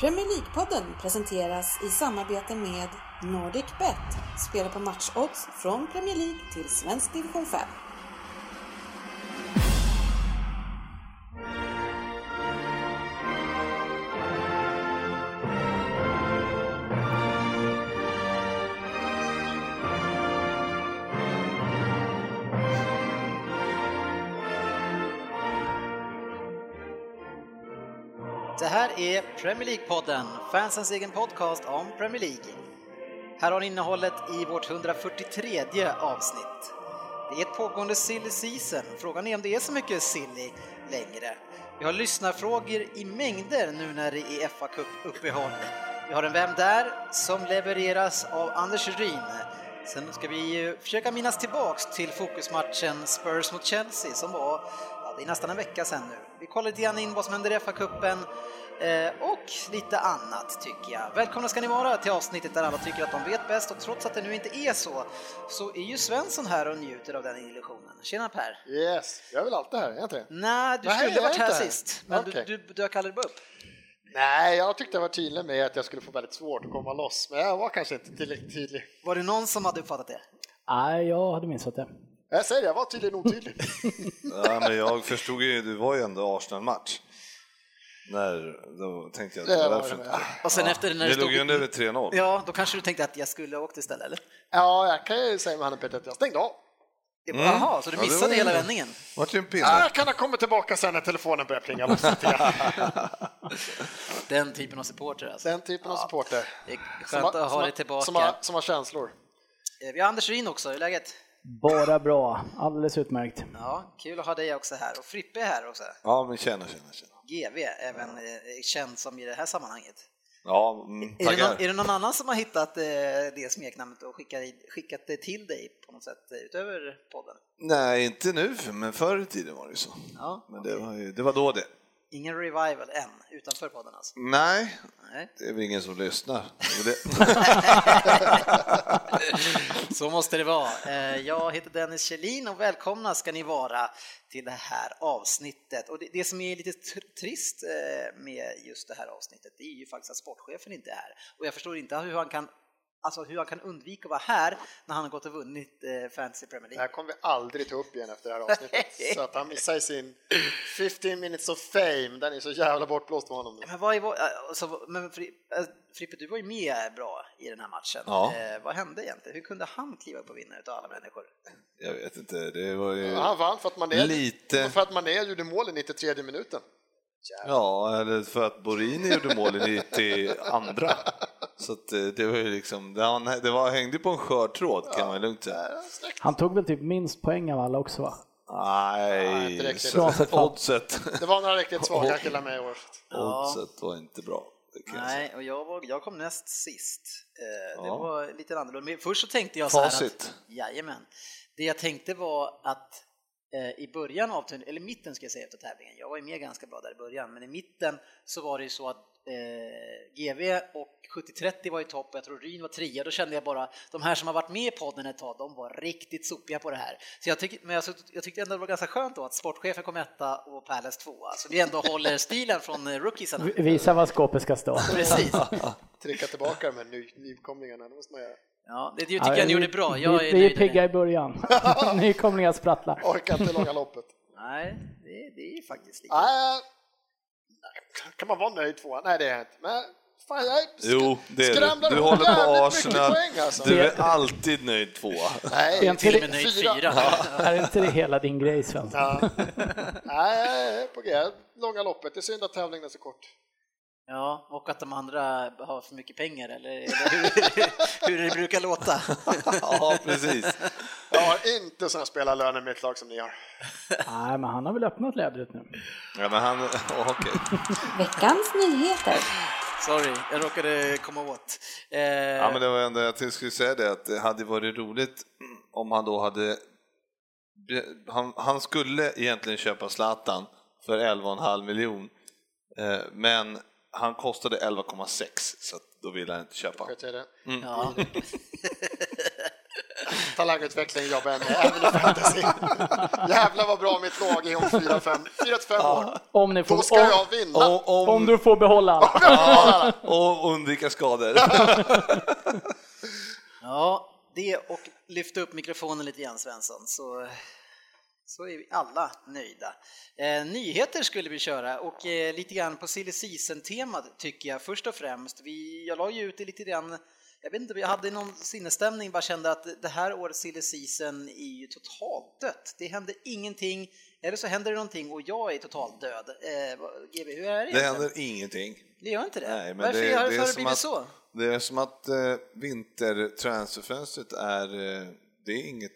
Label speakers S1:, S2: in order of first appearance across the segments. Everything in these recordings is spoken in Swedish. S1: Premier League-podden presenteras i samarbete med NordicBet. Spela på matchodds från Premier League till svensk division 5.
S2: Det här är Premier League-podden, fansens egen podcast om Premier League. Här har ni innehållet i vårt 143 avsnitt. Det är ett pågående silly season, frågan är om det är så mycket silly längre. Vi har lyssnarfrågor i mängder nu när det är fa Cup uppehåll Vi har en Vem där? som levereras av Anders Ryn. Sen ska vi ju försöka minnas tillbaks till fokusmatchen Spurs mot Chelsea som var ja, det är nästan en vecka sedan nu. Vi kollar lite grann in vad som händer i FA-cupen eh, och lite annat tycker jag. Välkomna ska ni vara till avsnittet där alla tycker att de vet bäst och trots att det nu inte är så så är ju Svensson här och njuter av den illusionen. Tjena Per!
S3: Yes, jag är väl alltid här, är jag inte det?
S2: Nej, du
S3: Nej,
S2: skulle
S3: jag
S2: ha varit
S3: är
S2: här
S3: inte.
S2: sist, men
S3: Okej.
S2: du, du dök aldrig bara upp.
S3: Nej, jag tyckte jag var tydlig med att jag skulle få väldigt svårt att komma loss, men jag var kanske inte tillräckligt tydlig.
S2: Var det någon som hade uppfattat det?
S4: Nej, jag hade missat det.
S3: Jag säger det, jag var tydligen otydlig.
S5: Ja, men jag förstod ju, det var ju ändå Arsenal-match. När, då tänkte jag,
S3: Det
S5: det
S3: var
S5: där
S3: det
S5: för
S3: med.
S5: inte.
S2: Och sen efter när
S5: Det låg ju under över 3-0.
S2: Ja, då kanske du tänkte att jag skulle ha åkt istället, eller?
S3: Ja, jag kan ju säga med handen Peter att jag stängde av.
S5: Mm.
S2: Jaha, så du
S5: Ja, det
S2: missade
S5: var ju-
S2: hela vändningen?
S5: Vart ju en
S3: Ja,
S5: pinne.
S3: jag kan ha kommit tillbaka sen när telefonen börjar plinga loss lite grann.
S2: Den typen av supporter alltså.
S3: Den typen av supporter.
S2: Det är skönt att ha dig tillbaka.
S3: Som har, som har känslor.
S2: Eh, Vi har Anders Ryn också, hur är läget?
S4: Bara bra, alldeles utmärkt.
S2: Ja, kul att ha dig också här och Frippe är här också.
S5: Ja, men tjena, tjena, tjena.
S2: GV, även eh, känd som i det här sammanhanget.
S5: Ja, mm,
S2: Är det, någon,
S5: tackar.
S2: är det någon annan som har hittat eh, det smeknamnet och skickat, i- skickat det till dig på något sätt eh, utöver podden?
S5: Nej, inte nu, men förr i tiden var det ju så.
S2: Ja,
S5: Men det var, ju, det var då det.
S2: ingen revival än, utanför podden alltså.
S5: Nej,
S2: Nej.
S5: det är väl ingen som lyssnar. Och Det,
S2: Så måste det vara. Eh, Jag heter Dennis Kjellin och välkomna ska ni vara till det här avsnittet. Och det, det som är lite tr- trist eh, med just det här avsnittet det är ju faktiskt att sportchefen inte är här. Och jag förstår inte hur han kan, alltså hur han kan undvika att vara här när han har gått och vunnit eh, Fantasy Premier
S3: Det här
S2: League.
S3: kommer vi aldrig ta upp igen efter det här avsnittet. Så att han missar ju sin 15 minutes of fame, den är så jävla bortblåst för honom. nu.
S2: Men, vad är, vår- eh, alltså, men Fri- eh, Frippe, du var ju med bra i den här matchen.
S5: Ja.
S2: Eh, Vad hände egentligen? Hur kunde han kliva upp och vinna utav alla människor?
S5: jag vet inte, det var ju...
S3: Han vann för att man är,
S5: Lite.
S3: för att man är gjorde mål i 93 minuten.
S5: Ja, eller för att Borini gjorde mål i 92. Så att eh, det var ju liksom, det var, det var hängde på en skör tråd kan man lugnt säga.
S4: Han tog väl typ minst poäng av alla också va?
S3: Nej, inte
S5: Nej,
S3: riktigt.
S5: så-
S4: Bra sett fram.
S5: oddset.
S3: Det var några riktigt svaga killar med i år.
S2: Ja.
S5: Oddset var inte bra. det kan jag säga.
S2: Nej, och jag, var, jag kom näst sist. Eh, Det
S5: Ja.
S2: var lite annorlunda. Men först så tänkte jag så här att,
S5: Facit.
S2: jajamän. Det jag tänkte var att eh, i början av turneringen, eller mitten ska jag säga efter tävlingen, jag var ju med ganska bra där i början, men i mitten så var det ju så att eh, GV och 70-30 var i topp och jag tror Ryn var trea, då kände jag bara de här som har varit med i podden ett tag, de var riktigt sopiga på det här. Så jag, tyck, men jag, jag tyckte ändå det var ganska skönt då att sportchefen kom etta och Pärles tvåa, så vi ändå håller stilen från eh, rookiesarna.
S4: V- Visa vad skåpet ska stå.
S2: Precis.
S3: Trycka tillbaka de här ny, nykomlingarna, det måste man göra.
S2: Ja, det, det tycker jag ni gjorde bra. Jag
S4: vi,
S2: är
S4: vi är
S2: nöjd med
S4: pigga
S2: det.
S4: i början. Nykomlingar sprattlar.
S3: Orkar inte långa loppet.
S2: Nej, det, det är faktiskt lite...
S3: Nej, kan man vara nöjd tvåa? Nej, det är jag inte. Men fan, jag sk-
S5: Jo, det är
S3: skramlar
S5: det. Du
S3: ihop
S5: håller
S3: jävligt
S5: på
S3: mycket
S5: Arsenal.
S3: Poäng, alltså.
S5: Du är alltid nöjd tvåa.
S3: Nej,
S4: Jag är
S2: Till och med nöjd
S3: fyra.
S2: fyra.
S4: Är inte det hela din grej Svensson?
S3: Ja. Nej, jag är på G. Långa loppet. Det är synd att tävlingen är så kort.
S2: Ja, och att de andra har för mycket pengar, eller, eller hur, hur det brukar låta.
S5: Ja, precis.
S3: Jag har inte såna spelarlöner i mitt lag som ni har.
S4: Nej, men han har väl öppnat lädret nu.
S5: Ja, men han, okej.
S3: Eh.
S1: Veckans nyheter.
S2: Sorry, jag råkade komma åt. Eh,
S5: Ja, men det var ändå, jag tänkte- skulle säga det att det hade varit roligt om han då hade... Han, han skulle egentligen köpa Zlatan för 11,5 miljon, eh, men han kostade 11,6 så att då ville han inte köpa.
S3: Vet jag det?
S2: ja.
S3: talangutveckling jobbar jag med, även i fantasy. Jävlar vad bra mitt lag är om 4-5 4-5 år.
S4: Om, ni får,
S3: Då ska jag vinna.
S5: Och,
S4: om, om du får behålla
S5: ja, och undvika skador.
S2: Ja, det och lyfta upp mikrofonen lite grann Svensson, så, så är vi alla nöjda. Eh, nyheter skulle vi köra och eh, lite grann på silly season-temat tycker jag först och främst. Vi, jag la ju ut det lite grann, jag vet inte, jag hade någon sinnesstämning, bara kände att det här årets silly season är ju totalt dött. Det händer ingenting, eller så händer det någonting och jag är totalt död. Eh, vad- GB, hur är det
S5: Det
S2: egentligen?
S5: händer ingenting.
S2: Det gör inte det?
S5: Nej, men
S2: Varför
S5: det,
S2: har
S5: det,
S2: det,
S5: är
S2: har det
S5: som
S2: blivit
S5: att,
S2: så?
S5: det är som att eh, vintertransferfönstret är, eh, det är inget,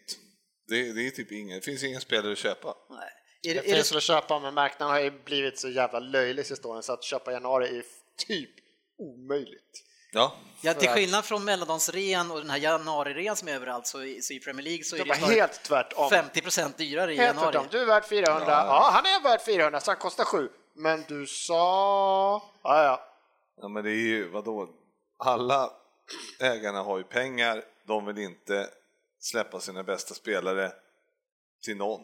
S5: det, det är typ inget, det finns inga spelare att köpa.
S2: Nej. Är,
S3: Det
S2: det- är det
S3: finns väl att köpa, men marknaden har ju blivit så jävla löjlig sista åren så att köpa i januari är typ omöjligt.
S5: Ja,
S2: Ja, till
S3: att-
S2: skillnad från mellandagsrean och den här januarirean som är överallt så i, så i Premier League så är
S3: Det
S2: det
S3: var
S2: ju
S3: helt
S2: snarare
S3: tvärtom.
S2: 50 procent dyrare i
S3: Helt
S2: januari.
S3: tvärtom. Du är värd 400, ja. han är värd 400 så han kostar 7. Men du sa... Ja, ja.
S5: ja men det är ju, vadå, alla ägarna har ju pengar, de vill inte släppa sina bästa spelare till någon.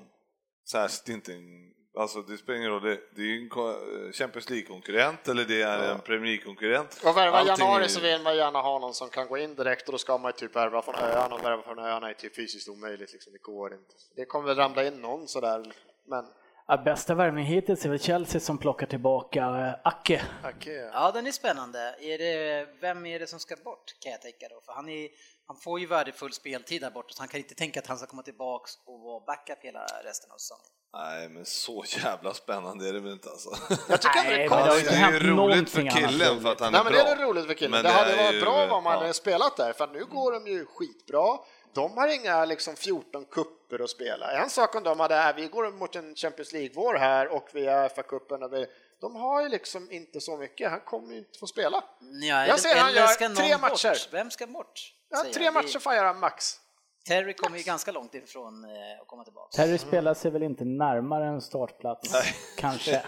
S5: Särskilt inte, en- alltså det spelar ingen roll, det, det är ju en ko- Champions League-konkurrent eller det är en Premier League-konkurrent.
S3: Och värva i
S5: Allting är
S3: januari
S5: ju-
S3: så vill man gärna ha någon som kan gå in direkt och då ska man ju typ värva från öarna och värva från öarna är typ fysiskt omöjligt liksom, det går inte. Det kommer väl ramla in någon sådär, men
S4: Ja, bästa värvning hittills är väl Chelsea som plockar tillbaka eh, Ake.
S3: okej.
S2: Ja, den är spännande. Är det, vem är det som ska bort kan jag tänka då? För han, är, han får ju värdefull speltid där borta så han kan inte tänka att han ska komma tillbaks och vara backup hela resten av säsongen.
S5: Nej men så jävla spännande är det väl inte alltså.
S3: Jag tycker ändå det är
S4: Nej, men
S5: Alltså,
S4: har ju
S3: konstigt.
S4: inte
S5: det är ju
S4: hänt
S5: roligt för
S4: någonting
S5: killen
S4: annars.
S5: för att han
S3: Nej
S5: är
S3: men
S5: bra.
S3: det är roligt för killen.
S5: Men
S3: det, hade
S5: är
S3: varit
S5: ju-
S3: bra om han
S5: ja.
S3: hade spelat där, för nu går de ju skitbra. De har inga liksom 14 kupper att spela. En sak om de hade är, vi går mot en Champions League-vår här och vi är FA-cupen och vi, de har ju liksom inte så mycket, han kommer ju inte få spela.
S2: Nej,
S3: Jag ser
S2: eller
S3: han gör
S2: ska någon
S3: tre matcher.
S2: Bort? Vem ska bort?
S3: Ja,
S2: säger
S3: tre
S2: jag. Det-
S3: matcher får han göra max.
S2: Terry kommer ju ganska långt ifrån eh, att komma tillbaks.
S4: Terry spelar sig väl inte närmare en startplats, kanske.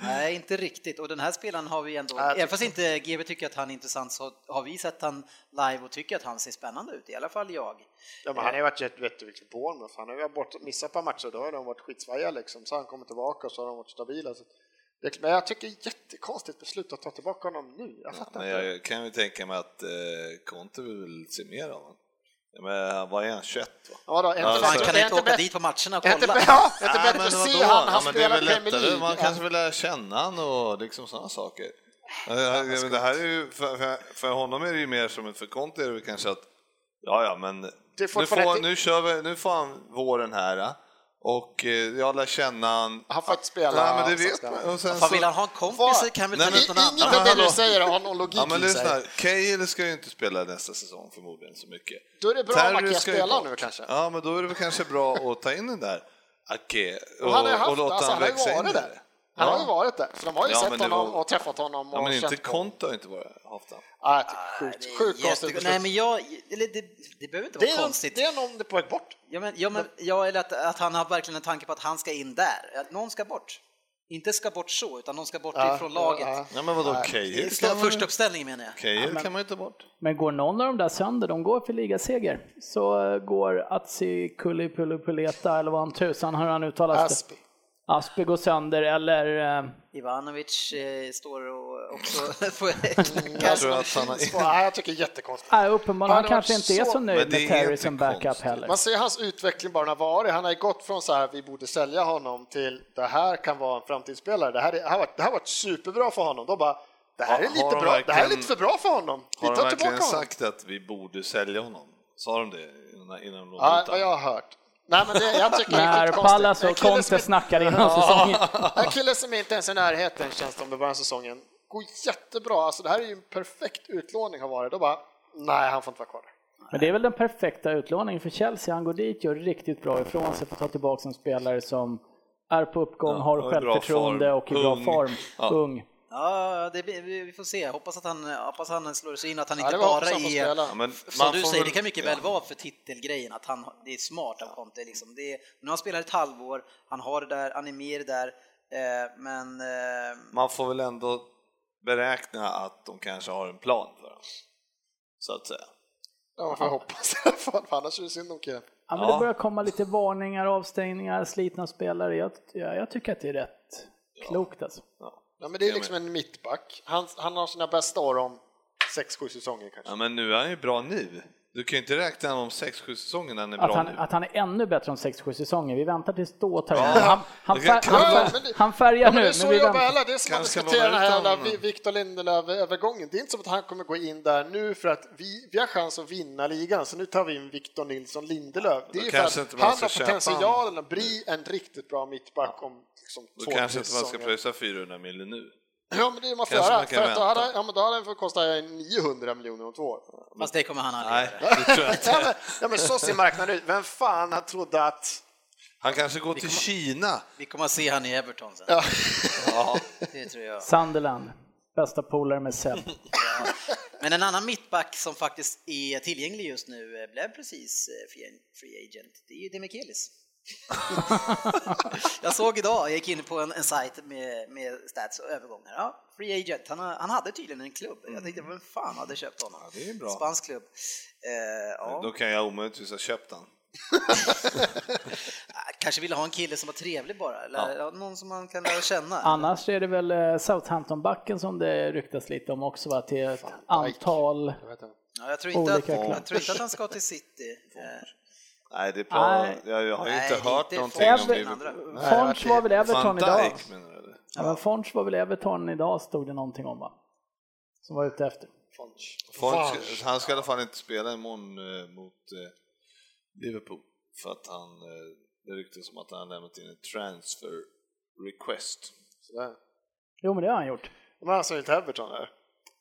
S2: Nej, inte riktigt. Och den här spelaren har vi ändå,
S3: jag tycker-
S2: även fast inte GB tycker att han är intressant så har vi sett han live och tycker att han ser spännande ut, i alla fall jag.
S3: Ja, men han har ju varit jätteduktig i Bournemouth, han har ju varit bort, missat ett par matcher och då har de varit skitsvajiga liksom, så han kommer tillbaka och så har de varit stabila. Så, det, men jag tycker det är jättekonstigt beslut att ta tillbaka honom nu, jag fattar
S5: Men
S3: inte.
S5: jag kan ju tänka mig att eh, Conte vill se mer av honom. Ja, men eh, vad är han, 21 va?
S3: Ja, då, är inte
S5: Ja,
S2: Fan,
S5: så-
S3: bättre-
S2: kan
S3: är
S2: han inte
S3: inte
S2: åka
S3: bättre-
S2: dit på matcherna och
S3: Är inte,
S2: kolla?
S3: ja, är inte
S5: Ja,
S3: bättre
S5: men
S3: att se
S5: vadå?
S3: han,
S5: Ja,
S3: han
S5: men det är
S3: spelar
S5: väl
S3: Premier
S5: lättare.
S3: League.
S5: Man
S3: Ja.
S5: kanske vill lära känna han och liksom sådana saker. Ja, ja, men det här är ju, för, för, för honom är det ju mer som, för Conte är det väl kanske att, ja ja men nu,
S3: fortfarande
S5: får,
S3: inte-
S5: nu, kör vi, nu får han våren här ja. och eh, jag lär känna han.
S3: Han får inte spela.
S5: Nej men det
S3: så
S5: vet
S3: ska
S5: man.
S3: han-
S5: Och sen
S2: Fan,
S5: så-
S2: vill han ha en kompis så kan väl ta
S5: Nej, men-
S2: dit någon annan?
S3: Inget av det du
S5: Hallå.
S3: säger har någon logik
S5: Ja men
S3: i
S5: lyssna,
S3: sig.
S5: Cahill ska ju inte spela nästa säsong förmodligen så mycket.
S3: Då är det bra om
S5: Terry
S3: Ake
S5: ska ju
S3: spelar
S5: bort.
S3: nu kanske.
S5: Ja men då är det väl kanske bra att ta in den där Ake och,
S3: Och han har ju
S5: och,
S3: haft,
S5: låta
S3: alltså,
S5: han
S3: han har ju
S5: växa in
S3: varit
S5: där.
S3: där. Han har ju varit där, för de har ju
S5: Ja,
S3: sett
S5: men det
S3: honom
S5: var-
S3: och träffat honom.
S5: Ja,
S3: och
S5: men inte
S3: känt på honom.
S5: Konto har inte varit, haft han.
S3: Ja,
S2: Det
S3: jag tycker Sjukt
S2: är
S3: sjukt konstigt
S2: jättekonstigt. Nej,
S3: beslut.
S2: men jag, eller det, det behöver inte
S3: Det
S2: vara
S3: är någon-
S2: konstigt.
S3: Det är någon det är på väg bort.
S2: Ja, men, ja, men, ja, eller att, att han har verkligen en tanke på att han ska in där, att någon ska bort. Inte ska bort så, utan någon ska bort
S3: Ja,
S2: ifrån
S3: ja,
S2: laget.
S3: ja.
S5: Ja men vadå,
S2: Det är
S5: Cahill
S2: stor-
S5: kan,
S2: Första uppställningen menar jag.
S5: kan man ju ta bort.
S4: Men går någon av de där sönder, de går för ligaseger, så eh, går Atsi Kulipulupuleta, eller vad han tusan hur han uttalas det.
S3: Aspi.
S4: Aspi går sönder, eller... eh,
S2: Ivanovic eh, står och också på
S5: Jag
S2: klackar.
S5: tror att han har...
S3: Så, ja, Jag tycker det är jättekonstigt.
S4: Nej, uppenbarligen,
S3: Ja,
S4: han
S3: det
S4: kanske
S3: var
S4: inte är
S3: så-
S4: så
S5: Men
S4: nöjd
S5: det är
S4: med Terry
S5: inte
S4: som backup
S5: konstigt.
S4: heller.
S3: Man ser hans utveckling bara när han varit. Han har ju gått från så här, vi borde sälja honom till det här kan vara en framtidsspelare. Det här, är, det här, har varit- det här har varit superbra för honom. Då bara, det här är
S5: Har-
S3: lite
S5: har de
S3: bra. Det här är
S5: verkligen-
S3: lite för bra för honom. Vi
S5: Har de
S3: tar
S5: verkligen
S3: tillbaka honom.
S5: sagt att vi borde sälja honom? Sa de det innan, innan
S3: Ja,
S5: de låg
S3: vad
S5: utan?
S3: jag har hört. Nej, men det, jag tycker det är
S4: När
S3: skitkonstigt.
S4: Pallas
S3: En
S4: och
S3: kille som
S4: Conte
S3: inte-
S4: snackar innan säsongen.
S3: En kille som inte ens är i närheten känns det om i början av säsongen. Går jättebra. Alltså, det här är ju en perfekt utlåning har varit. Då bara, nej, han får inte vara kvar.
S4: Men det är väl den perfekta utlåningen för Chelsea. Han går dit, gör riktigt bra ifrån sig, får ta tillbaka en spelare som är på uppgång,
S5: Ja,
S4: har
S5: och i bra
S4: självförtroende
S5: form.
S4: och i bra
S5: Ung.
S4: form.
S5: Ja.
S4: Ung.
S2: Ja, det, blir- vi vi får se. Hoppas att han, hoppas han slår sig in, att han
S3: Ja,
S2: inte
S3: det var
S2: bara
S3: också som
S2: är...
S3: spelare.
S5: Ja, men
S2: Som
S5: man
S2: du
S5: får
S2: säger,
S5: väl-
S2: det kan mycket
S5: ja.
S2: väl vara för titelgrejen, att han, det är smart av Conte. Liksom. Det är, nu har han spelat ett halvår, han har det där, han är med i det där, eh, men... Eh,
S5: Man får väl ändå beräkna att de kanske har en plan för honom. Så att säga.
S3: Ja, man får hoppas i alla fall, för annars är det synd om killen.
S4: Ja, men
S5: Ja.
S4: Det börjar komma lite varningar, avstängningar, slitna spelare. Jag, jag, jag tycker att det är rätt klokt alltså.
S3: Ja, men det är liksom en mittback. Han, han har sina bästa år om 6-7 säsonger kanske.
S5: Ja, men nu är han ju bra nu. Du kan ju inte räkna om 6-7 säsonger när han är
S4: Att
S5: bra
S4: han,
S5: nu.
S4: att han är ännu bättre om 6-7 säsonger. Vi väntar tills då tar
S5: Ja,
S4: han, han, han,
S5: det kan-
S4: fär,
S5: kan-
S4: han,
S3: Ja, men
S4: fär,
S3: det-
S4: han färgar
S3: Ja,
S4: nu.
S3: men det är
S4: men
S3: så
S4: vi
S3: jag
S4: väntar.
S3: alla, det är som att
S5: Kanske man
S3: diskutera den
S5: var
S3: här
S5: utan
S3: jävla
S5: honom.
S3: Vi- Victor Lindelöf-övergången. Det är inte som att han kommer gå in där nu för att vi, vi har chans att vinna ligan, så nu tar vi in Victor Nilsson Lindelöf. Det är ju för
S5: kanske
S3: att
S5: inte man
S3: han
S5: ska
S3: har
S5: köpa
S3: potentialen att bli en riktigt bra mittback om liksom,
S5: Då
S3: två,
S5: kanske
S3: tre
S5: inte man ska
S3: säsonger.
S5: pröjsa 400 miljoner nu.
S3: Ja, men det är man får
S5: Kanske
S3: göra.
S5: man kan
S3: för att då,
S5: vänta.
S3: hade, ja, men då hade den fått kosta 900 miljoner om två år.
S2: Fast det kommer han aldrig
S5: Nej,
S2: göra.
S5: det tror jag
S3: Ja,
S5: inte.
S3: men, ja, men så ser marknaden ut. Vem fan han trodde att...
S5: Han kanske går till Kina.
S2: Vi kommer att se han i Everton sen.
S3: Ja.
S5: Ja,
S2: Det tror jag.
S4: Sunderland, bästa polare med Seb.
S2: Men en annan mittback som faktiskt är tillgänglig just nu eh, blev precis eh, free- free agent. Det är ju Demikelis. jag såg idag, jag gick in på en, en sajt med, med stats och övergångar. Ja, free agent, han, har- han hade tydligen en klubb. Jag tänkte, vem fan hade köpt honom?
S5: Mm. Ja, det är bra.
S2: Spansk klubb. Eh, ja.
S5: då kan jag omöjligtvis ha köpt han.
S2: Ah, Kanske ville ha en kille som var trevlig bara, eller ja. någon som man kan lära känna.
S4: Annars är det väl eh, Southampton-backen som det ryktas lite om också va? Till ett antal...
S3: Jag vet inte.
S2: Ja, jag, tror inte att,
S4: Olika klubb.
S2: jag tror inte att han ska till City. Eh,
S5: Nej, det är plan.
S4: Nej.
S5: Jag, jag har ju
S2: Nej,
S5: inte
S2: det är
S5: hört
S2: inte
S5: någonting om
S4: Fonseca.
S5: Liverpool.
S4: Fonch var väl
S5: Van
S4: Everton idag?
S5: Dijk menar du? eller?
S4: Ja, men Fonch var väl Everton idag stod det någonting om va? Som var ute efter.
S5: Fonseca- Han ska i alla fall inte spela imorgon eh, mot eh, Liverpool för att han, eh, det ryktas om att han har lämnat in en transfer request.
S3: Sådär.
S4: Jo men det har han gjort.
S3: Men alltså inte Everton här.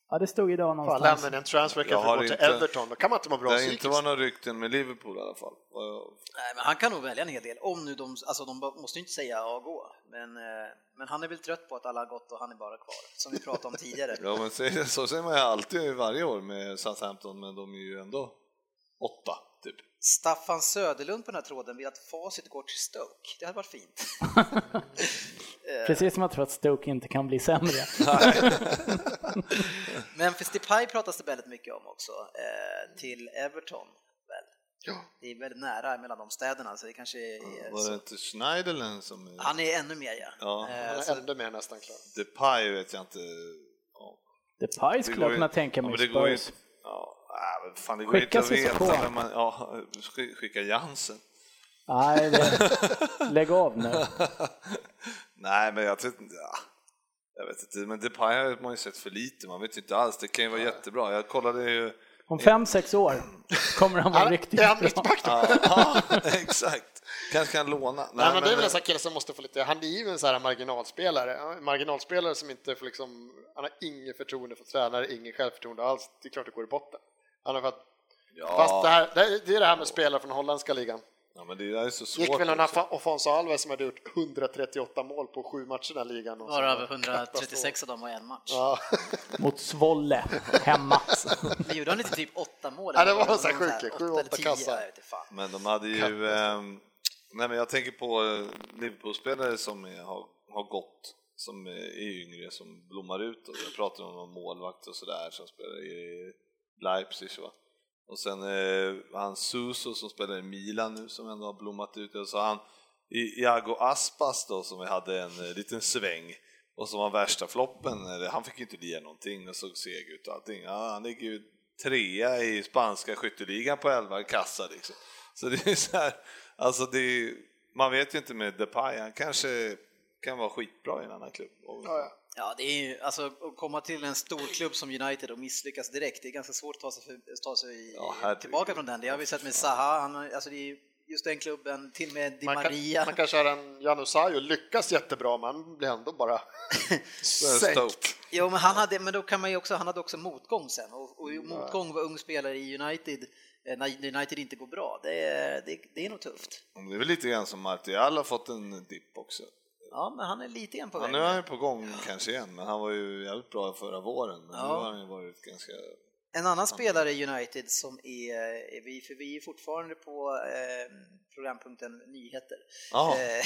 S4: Ja det stod idag
S3: Fan,
S4: någonstans.
S3: lämnar en transfer
S5: Jag har
S3: kan gå till
S5: inte-
S3: Everton, då kan man inte må bra
S5: Det har
S3: psykiskt.
S5: inte varit några rykten med Liverpool i alla fall. vad jag-
S2: Nej, men han kan nog välja en hel del, om nu de, alltså de måste ju inte säga ja gå, men, eh, men han är väl trött på att alla har gått och han är bara kvar, som vi pratade om tidigare.
S5: Ja, men så, så säger man ju alltid varje år med Southampton, men de är ju ändå åtta, typ.
S2: Staffan Söderlund på den här tråden vill att facit går till Stoke, det hade varit fint.
S4: Precis som jag tror att Stoke inte kan bli sämre.
S2: Men för Depay pratas det väldigt mycket om också, eh, till Everton väl? Det är väldigt nära mellan de städerna, så det kanske är...
S5: Var det
S2: Så.
S5: inte Schneiderlin som... är-
S2: Han är ännu mer ja.
S5: Ja.
S2: Eh,
S3: Han
S2: så-
S3: är ännu mer nästan klar.
S5: Depay vet jag inte. Ja,
S4: Depay
S5: det
S4: skulle jag
S5: går ju-
S4: kunna tänka mig
S5: ja,
S4: i
S5: men det går ju
S4: Spurs.
S5: inte- Ja, nej, men fan, det går ju
S4: Skicka
S5: inte att
S4: Cissoko.
S5: veta när man... Ja, sk- skicka Jansen.
S4: Nej, det... lägg av nu.
S5: Nej, men jag tror inte... Ja. Jag vet inte, men Depay har man ju sett för lite, man vet ju inte alls. Det kan ju vara jättebra. Jag kollade ju...
S4: Om fem, sex år kommer han vara
S3: Han,
S4: riktigt
S3: är han
S4: bra.
S3: mittback då?
S5: Ja, exakt. Kanske kan låna. Nej,
S3: Nej, men det är väl en sån här kille som måste få lite, han är ju en sån här marginalspelare, En marginalspelare som inte får liksom, han har inget förtroende för tränare, ingen självförtroende alls, det är klart det går i botten. Han har fått,
S5: ja,
S3: Fast det, här, det här- det är det här med spelare från holländska ligan.
S5: ja, men det där är så svårt.
S3: Gick väl någon
S5: också.
S3: Afa- Afonso Alves som hade gjort 138 mål på sju matcher i den här ligan. och så-
S2: Varav 136 av dem var en match.
S3: Ja,
S4: Mot Svolle hemma.
S2: Men gjorde han inte typ åtta mål?
S3: Ja, det var
S2: Eller
S3: så här
S2: någon
S3: sjukt,
S2: åtta
S3: sju,
S2: eller
S3: åtta
S2: tio,
S3: kassar.
S2: jag vet inte fan.
S5: Men de hade ju... ehm, nej, men jag tänker på eh, Liverpool-spelare som är, har, har gått, som är, är yngre, som blommar ut. Och jag pratar om någon målvakt och sådär som spelar i Leipzig. Va? Och sen eh, han Suso som spelar i Milan nu som ändå har blommat ut. Och så han I- Iago Aspas då som vi hade en eh, liten sväng och som var värsta floppen. eller Han fick ju inte lira någonting och såg seg ut och allting. Ja, han ligger ju trea i spanska skytteligan på 11 kassa liksom. Så det är så här, alltså det är, man vet ju inte med Depay, han kanske kan vara skitbra i en annan klubb. Och,
S3: ja, ja.
S2: Ja, det är ju, alltså att komma till en stor klubb som United och misslyckas direkt, det är ganska svårt att ta sig, för, ta sig
S5: Ja, herregud.
S2: tillbaka från den. Det har vi sett med Zaha, han, har- alltså det är ju just den klubben, till och med Di
S3: Man,
S2: Maria.
S3: kan, man kan köra en Janusaj och lyckas jättebra, man blir ändå bara sänkt.
S5: Stoke.
S2: Jo, men han hade, men då kan man ju också, han hade också motgång sen och, och motgång var ung spelare i United eh, när United inte går bra. Det är, det, det är nog tufft.
S5: Det är väl lite grann som Martial har fått en dipp också.
S2: Ja, men han är lite igen på
S5: Ja,
S2: väg.
S5: nu är han ju på gång kanske igen, men han var ju jävligt bra förra våren. Men
S2: Ja.
S5: nu har han ju varit ganska...
S2: En annan spelare i United som är, är vi, för vi är fortfarande på eh, programpunkten nyheter.
S5: Ja,
S2: Eh,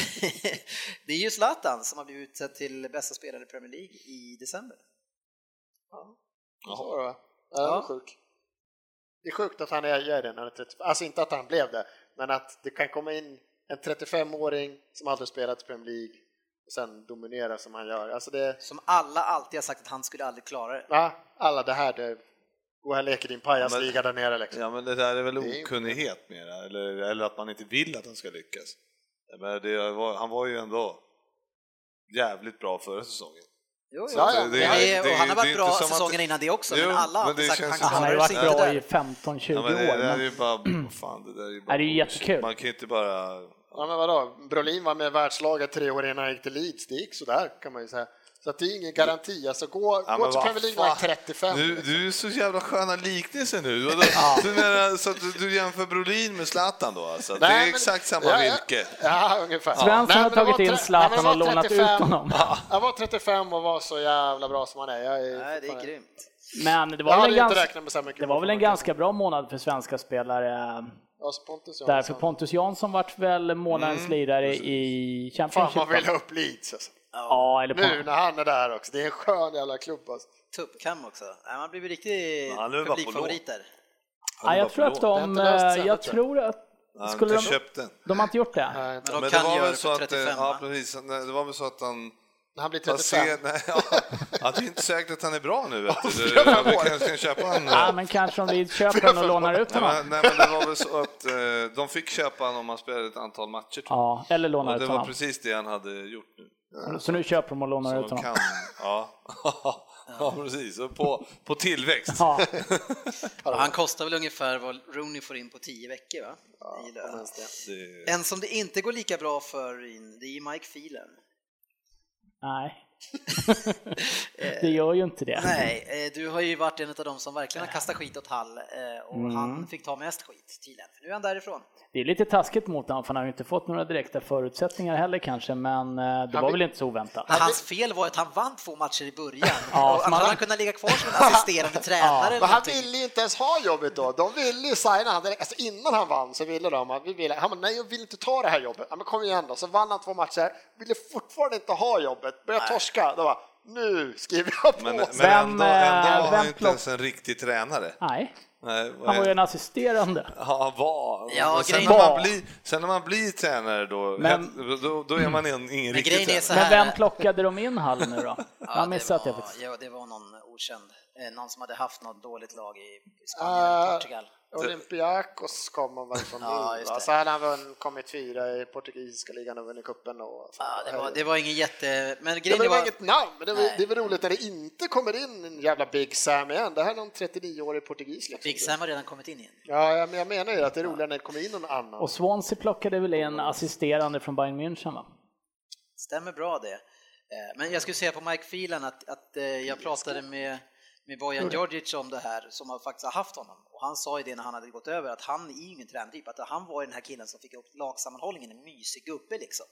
S2: det är ju Zlatan som har blivit utsedd till bästa spelare i Premier League i december.
S3: Så var det va? Ja,
S2: Ja.
S3: jag var sjuk. Det är sjukt att han är, gör det när han är 35, alltså inte att han blev det, men att det kan komma in en 35-åring som aldrig spelat i Premier League och sen dominera som han gör. Alltså det,
S2: Som alla alltid har sagt att han skulle aldrig klara det.
S3: va? Alla det här, det, gå och lek i din pajasliga där nere liksom.
S5: Ja, men det där är väl
S3: är ju-
S5: okunnighet mera, eller, eller att man inte vill att han ska lyckas. Jag menar, det var, han var ju ändå jävligt bra förra säsongen.
S2: Jo, jo.
S3: Ja, ja,
S2: Men
S3: det-
S2: det är-
S5: det-
S2: och han har
S5: det är
S2: varit bra
S5: inte som att-
S2: säsongen innan det också,
S5: Jo,
S2: men alla har
S5: men
S2: alltid
S5: det
S2: sagt att han
S5: känns
S4: Han
S5: som
S4: har
S5: det
S4: ju
S2: klarar sig
S4: varit
S2: inte
S4: bra
S2: där.
S4: i 15-20
S5: Ja,
S4: år.
S5: men det, det är
S4: Men
S5: ju bara, vad fan, det där är ju bara...
S4: Nej, det är ju jättekul.
S5: Man kan ju inte bara...
S3: Ja men vadå, Brolin var med i världslaget tre år innan han gick till Leeds, det gick sådär kan man ju säga. Så att det är ingen garanti, alltså gå,
S5: Ja,
S3: gå
S5: men
S3: till
S5: vad
S3: Premier League när han är
S5: fan.
S3: 35.
S5: Du, du är så jävla sköna liknelser nu. Och då, du menar, så att du, du jämför Brolin med Zlatan då alltså? det är
S3: men-
S5: exakt samma
S3: ja, ja.
S5: virke.
S3: Ja, ungefär.
S4: Svensson har
S3: Nej, men det
S4: tagit
S3: var
S4: in
S3: tre-
S4: Zlatan
S3: nej, men det var
S4: och lånat
S3: 35.
S4: ut honom.
S3: Ja. Han var 35 och var så jävla bra som han är. Jag
S2: Nej,
S3: är
S2: det är
S3: fortfarande-
S2: grymt.
S4: Men det
S3: Jag
S4: var, väl
S3: hade
S4: en,
S3: ju inte
S4: ganska,
S3: räknat med så här mycket
S4: det var väl en
S3: mål.
S4: ganska bra månad för svenska spelare. eh,
S3: Ja, så Pontus Jansson.
S4: Därför Pontus Jansson vart väl månadens
S5: Mm,
S4: lirare i
S3: Fan,
S4: Championship.
S3: man vill ha upp Leeds alltså.
S4: Ja, eller
S3: Nu
S4: på,
S3: när han är där också. Det är en skön jävla klubb alltså.
S2: Tuppkam också. Nej, man blir riktig
S5: Men han är väl bara på
S2: publikfavorit där.
S4: ja, jag tror att
S5: de...
S3: Det har
S4: de,
S3: inte löst sig
S4: eh,
S3: ännu,
S4: jag
S3: tror jag.
S4: tror att,
S5: Han
S4: skulle
S5: inte
S4: de,
S5: köpt den.
S4: de har inte gjort det?
S3: Nej, inte.
S2: Men de
S5: Men det
S2: kan
S5: var
S2: göra
S5: väl
S2: det
S5: så
S2: för
S5: att,
S2: 35
S5: eh, ja,
S2: va?
S5: precis, Nej, det var väl så att han...
S3: När han blir 35.
S5: han ser, nej, ja, att det är inte säkert att han är bra nu vet du. Du
S3: flera
S5: vi
S3: år.
S5: kanske kan köpa en...
S4: Ja, men kanske om vi köper den och lånar ut
S5: Nej
S4: honom.
S5: men, nej men det var väl så att eh, de fick köpa honom om han spelade ett antal matcher. tror
S4: Ja, eller
S5: jag.
S4: lånar
S5: och det
S4: ut
S5: var
S4: honom.
S5: precis det han hade gjort nu.
S4: Så nu köper de och lånar
S5: Så
S4: ut
S5: de
S4: honom.
S5: kan, ja. ja precis, Och på, på tillväxt.
S4: Ja,
S2: Och han kostar väl ungefär vad Rooney får in på 10 veckor va? I lön.
S5: Det-
S2: En som det inte går lika bra för, in, det är Mike Phelan.
S4: nej.
S5: Eh,
S4: Det gör ju inte det.
S2: Nej, eh, du har ju varit en av de som verkligen har kastat skit åt Hall eh, och
S3: Mm.
S2: han fick ta mest skit tydligen. Nu är han därifrån.
S4: Det är lite taskigt mot honom för han har ju inte fått några direkta förutsättningar heller kanske, men eh, det var
S3: vill-
S4: väl inte så oväntat.
S2: Hans fel var att han vann två matcher i början.
S4: Ja,
S2: och
S4: för
S2: att
S4: man-
S2: han hade kunnat ligga kvar som en assisterande tränare. eller
S3: Men han
S2: någonting.
S3: ville ju inte ens ha jobbet då. De ville ju signa han direkt. Alltså innan han vann så ville de att vi ville. Han bara, nej jag vill inte ta det här jobbet. Ja, men kom igen då. Så vann han två matcher, ville fortfarande inte ha jobbet, började torska. Då bara, nu skriver jag på.
S5: Men, men
S4: Vem,
S5: ändå, ändå
S4: eh,
S5: var han
S4: vem
S5: ju inte
S4: plock-
S5: ens en riktig tränare.
S4: Nej,
S5: Nej, vad
S4: han var
S5: är-
S4: ju en assisterande.
S5: Ja, han var.
S2: Ja,
S5: Men sen,
S2: grejen-
S5: när
S4: Var.
S5: man blir, sen när man blir tränare då,
S4: Men- Mm.
S5: då, då är man en, ingen
S2: Men
S5: riktig
S2: grejen
S5: tränare.
S2: är så här.
S4: Men vem plockade de in Hall nu då? Jag
S2: Ja,
S4: har missat
S2: det
S4: det
S2: var,
S4: faktiskt.
S2: Ja, det var någon okänd. eh, Någon som hade haft något dåligt lag i Spanien eller
S3: Ah.
S2: Portugal.
S3: Olympiakos kom han väl från
S2: Ja,
S3: nu.
S2: just
S3: va?
S2: det.
S3: Så hade han vunn, kommit fyra i portugisiska ligan och vunnit cupen. Och...
S2: Ja, det, var, det var ingen jätte... Men
S3: Ja, men
S2: grejen
S3: det var
S2: var...
S3: inget namn, men det var,
S2: Nej.
S3: det var roligt när det inte kommer in en jävla Big Sam igen. Det här är någon 39-årig portugis. Liksom.
S2: Big Sam har redan kommit in igen.
S3: Ja, jag- men jag menar ju att det är roligare när det kommer in någon annan.
S4: Och Swansea plockade väl in assisterande från Bayern München va?
S2: Stämmer bra det. Eh, Men jag skulle säga på Mike Phelan att, att eh, jag pratade med, med Bojan
S3: Mm.
S2: Djordjic om det här, som har faktiskt har haft honom. Och han sa ju det när han hade gått över, att han är ju ingen tränartyp, att han var ju den här killen som fick upp lagsammanhållningen, en mysig gubbe liksom.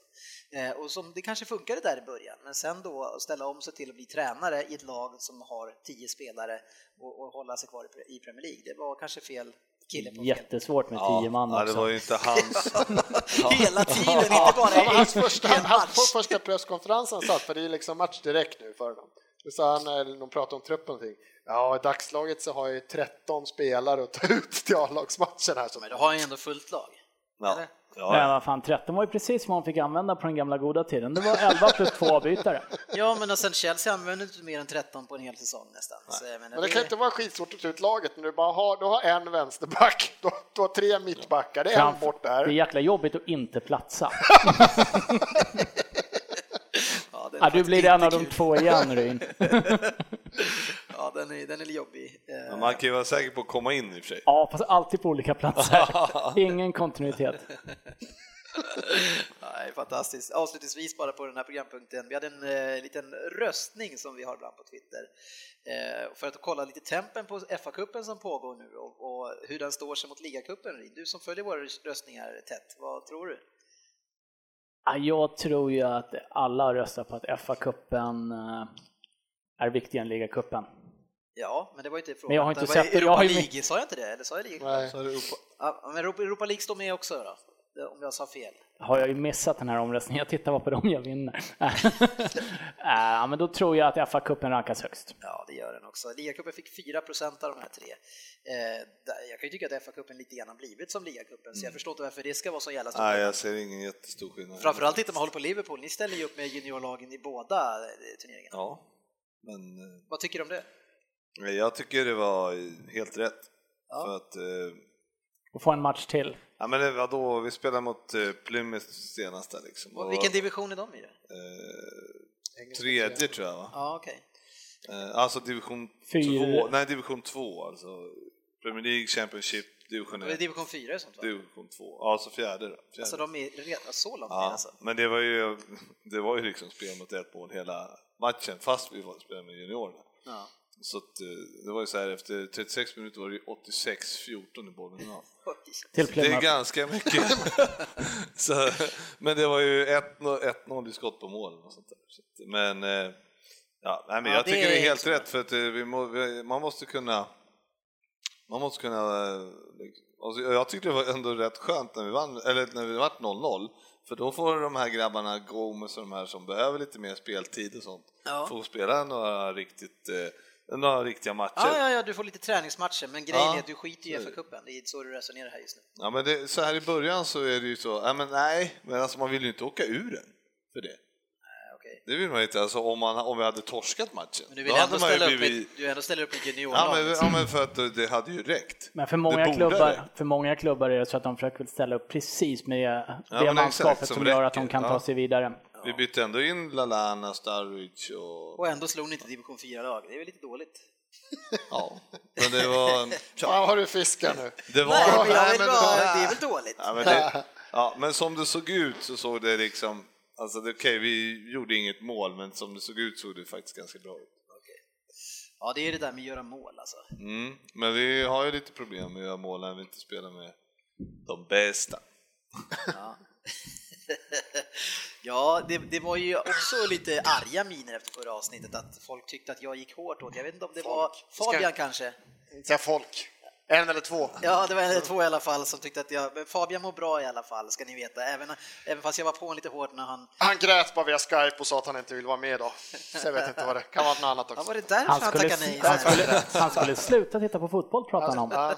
S2: Eh, Och som, det kanske funkade där i början, men sen då att ställa om sig till att bli tränare i ett lag som har tio spelare och, och hålla sig kvar i Pre- i Premier League, det var kanske fel kille på fel.
S4: Jättesvårt med
S5: Ja,
S4: tio man
S5: ja, det var
S4: också.
S5: ju inte hans.
S2: Hela tiden, inte bara
S3: Ja, men
S2: i
S3: hans första,
S2: i en
S3: han,
S2: match.
S3: på första presskonferensen satt, för det är liksom match direkt nu för honom. Då sa han, eller de pratade om truppen och någonting, ja i dagsläget så har jag ju 13 spelare att ta ut till A-lagsmatchen här. Så
S2: Men du har ju ändå fullt lag.
S5: Ja.
S4: Men
S5: Ja.
S4: vad fan, 13 var ju precis vad man fick använda på den gamla goda tiden. Det var 11 plus två avbytare.
S2: Ja, men och sen Chelsea använder inte mer än 13 på en hel säsong nästan. Så, jag menar,
S3: Men det kan inte vara skitsvårt att ta ut laget när du bara har, du har en vänsterback, du har, du har tre mittbackar, det är en
S4: Framf-
S3: bort
S4: Det är
S3: där.
S4: jäkla jobbigt att inte platsa.
S2: ja, den är
S4: Ja, du
S2: faktiskt
S4: blir
S2: inte
S4: en av de
S2: kul.
S4: två igen Ryn.
S2: Ja, den är, den är jobbig. Eh,
S5: Men Man kan ju vara säker på att komma in i och för sig.
S4: Ja, fast alltid på olika platser. Ingen kontinuitet.
S2: nej, fantastiskt. Avslutningsvis bara på den här programpunkten. Vi hade en eh, liten röstning som vi har ibland på Twitter eh, för att kolla lite tempen på FA-cupen som pågår nu och, och hur den står sig mot ligacupen. Rin. Du som följer våra röstningar tätt, vad tror du?
S4: Ja, jag tror ju att alla röstar på att FA-cupen eh, är viktigare än ligacupen.
S2: Ja, men det var ju inte frågan.
S4: Men jag har inte
S2: det var
S4: sett det.
S2: Europa
S4: Jag har ju
S2: League,
S4: mycket-
S2: sa jag inte det? Eller sa jag League?
S3: Nej.
S5: Så är det upp-
S2: Ja, men Europa, Europa League står med också då. eh, om jag sa fel.
S4: har jag ju missat den här omröstningen. Jag tittar bara på dem jag vinner. äh, men då tror jag att FA-cupen rankas högst.
S2: Ja, det gör den också. Ligacupen fick 4 procent av de här tre. Eh, där- jag kan ju tycka att FA-cupen lite grann har blivit som ligacupen, så jag förstår inte varför det ska vara så jävla stort.
S5: Mm. Nej, jag ser ingen jättestor skillnad.
S2: Framförallt inte om man håller på Liverpool, ni ställer ju upp med juniorlagen i båda eh, turneringarna.
S5: Ja, men eh,
S2: Vad tycker du om det?
S5: nej, jag tycker det var helt rätt.
S2: Ja.
S5: För att, eh,
S4: Och få en match till.
S5: ja men det, vadå, vi spelade mot eh, Plymouth senast där liksom.
S2: Och
S5: Och,
S2: Vilken division är de i? då?
S5: eh, tredje tror jag va?
S2: Ja, okej.
S5: Eh, alltså division
S4: Fyra.
S5: 2, nej division 2 alltså. Premier League, Championship, division
S2: Okay.
S5: 1,
S2: Division 4 och sånt va?
S5: division 2. Ja, alltså fjärde då. Fjärde.
S2: Alltså de är redan så långt ner
S5: Ja,
S2: alltså?
S5: men det var ju, det var ju liksom spel mot ett mål hela matchen fast vi var spelade med juniorerna.
S2: Ja.
S5: Så att, eh, det var ju så här efter 36 minuter var det ju 86-14 i bollen. Ja.
S4: Till
S5: Det är
S4: Plymouth.
S5: ganska mycket. så, men det var ju 1-0 1-0 i skott på mål. Och sånt där. Så, att- men eh, ja, nej, men
S2: Ja,
S5: jag
S2: det
S5: tycker det
S2: är
S5: är helt
S2: extra.
S5: rätt för att eh, vi må, vi, man måste kunna man måste kunna, eh, liksom- alltså, jag tyckte det var ändå rätt skönt när vi vann, eller när vi vart 0-0, för då får de här grabbarna, Gomes och de här som behöver lite mer speltid och sånt,
S2: Ja.
S5: få spela några, riktigt, eh, några riktiga matcher.
S2: Ja, ja, ja, du får lite träningsmatcher, men grejen
S5: Ja.
S2: är att du skiter ju i FA-cupen, det är så du resonerar här just nu.
S5: Ja, men det, så här i början så är det ju så, ja, men nej, men alltså man vill ju inte åka ur den för det.
S2: Ja, okej.
S5: Det vill man ju inte, alltså om, man, om vi hade torskat matchen.
S2: Men du vill
S5: då
S2: ändå
S5: hade man ju
S2: ställa, upp med,
S5: blivit-
S2: du ändå ställa upp med
S5: ja,
S2: juniorlag?
S5: men,
S2: liksom.
S5: ja, men för att det hade ju räckt.
S4: Men för
S5: Det
S4: många,
S5: borde
S4: klubbar,
S5: räckt.
S4: för många klubbar är det så att de försöker ställa upp precis med det
S5: men exakt,
S4: manskapet som,
S5: som
S4: gör att de
S5: räcker.
S4: kan ta
S5: Ja.
S4: sig vidare.
S5: Vi bytte ändå in Lalana, Starwich och...
S2: Och ändå slog ni inte division 4-lag, det är väl lite dåligt?
S5: Ja. Men det var...
S3: Fan har du fiskar nu.
S5: Det var
S2: Nej, men jag
S5: nej,
S2: vill
S5: men-
S2: bara, det är väl dåligt?
S5: Ja men, det, ja, men som det såg ut så såg det liksom... Alltså det- okej, vi gjorde inget mål, men som det såg ut såg det faktiskt ganska bra ut.
S2: Ja, det är det där med att göra mål alltså.
S5: Mm. Men vi har ju lite problem med att göra mål när vi inte spelar med de bästa.
S2: Ja, ja det, det var ju också lite arga miner efter förra avsnittet, att folk tyckte att jag gick hårt åt, jag vet inte om det var Fabian kanske?
S3: Inte folk. En eller två.
S2: Ja, det var en eller två i alla fall som tyckte att jag, men Fabian mår bra i alla fall, ska ni veta, även, även fast jag var på honom lite hårt när han,
S3: Han grät bara via Skype och sa att han inte vill vara med idag. Så jag vet inte vad det kan vara något annat
S2: ja,
S3: också.
S2: var det därför
S4: Han
S2: han,
S4: skulle,
S2: tackade nej?
S4: han, skulle, han skulle sluta titta på fotboll pratar han om.
S3: Ja.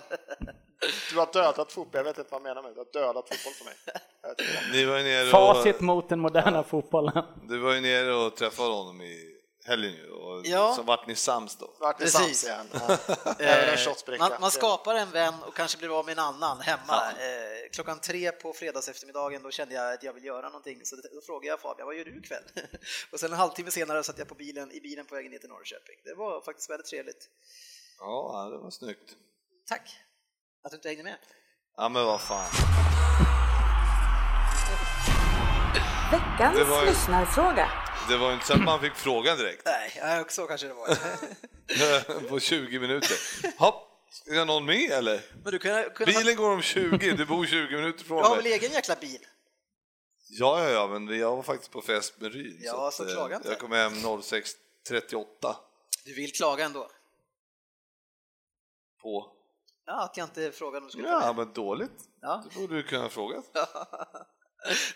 S3: Du har dödat fotboll, jag vet inte vad han menar med det. Du har dödat fotboll för mig. Jag vet inte.
S5: Ni var ju nere
S4: Facit
S5: och,
S4: mot den moderna fotbollen.
S5: du var ju nere och träffade honom i helgen ju, och
S2: Ja.
S5: så vart ni sams då.
S3: Vart det
S2: Precis. Eh,
S3: sams igen. Ja. Även en shotsbricka.
S2: man, man skapar en vän och kanske blir av med en annan hemma. Eh, klockan tre på fredags eftermiddagen då kände jag att jag vill göra någonting så det- då frågade jag Fabian, vad gör du ikväll? och sen en halvtimme senare satt jag på bilen, i bilen på vägen ner till Norrköping. Det var faktiskt väldigt trevligt.
S5: Ja, det var snyggt.
S2: Tack att du inte hängde med.
S5: Ja men vad fan. Det
S1: Veckans
S5: var ju-
S1: lyssnarfråga.
S5: Det var ju inte så att man fick frågan direkt
S2: Nej, ja, så kanske det var.
S5: på 20 minuter. Hopp, är någon med eller?
S2: Men du kunde, kunde man,
S5: Bilen går om 20, du bor 20 minuter
S2: jag har
S5: från
S2: väl
S5: mig.
S2: egen jäkla bil?
S5: Ja, ja, ja, men jag var faktiskt på fest med Ryn.
S2: Ja,
S5: att,
S2: så
S5: eh,
S2: klaga inte.
S5: Jag kom hem 06.38
S2: Du vill klaga ändå?
S5: på.
S2: Ja, att jag inte frågade om du skulle
S5: Ja, men dåligt.
S2: Ja.
S5: Det borde du kunna ha frågat.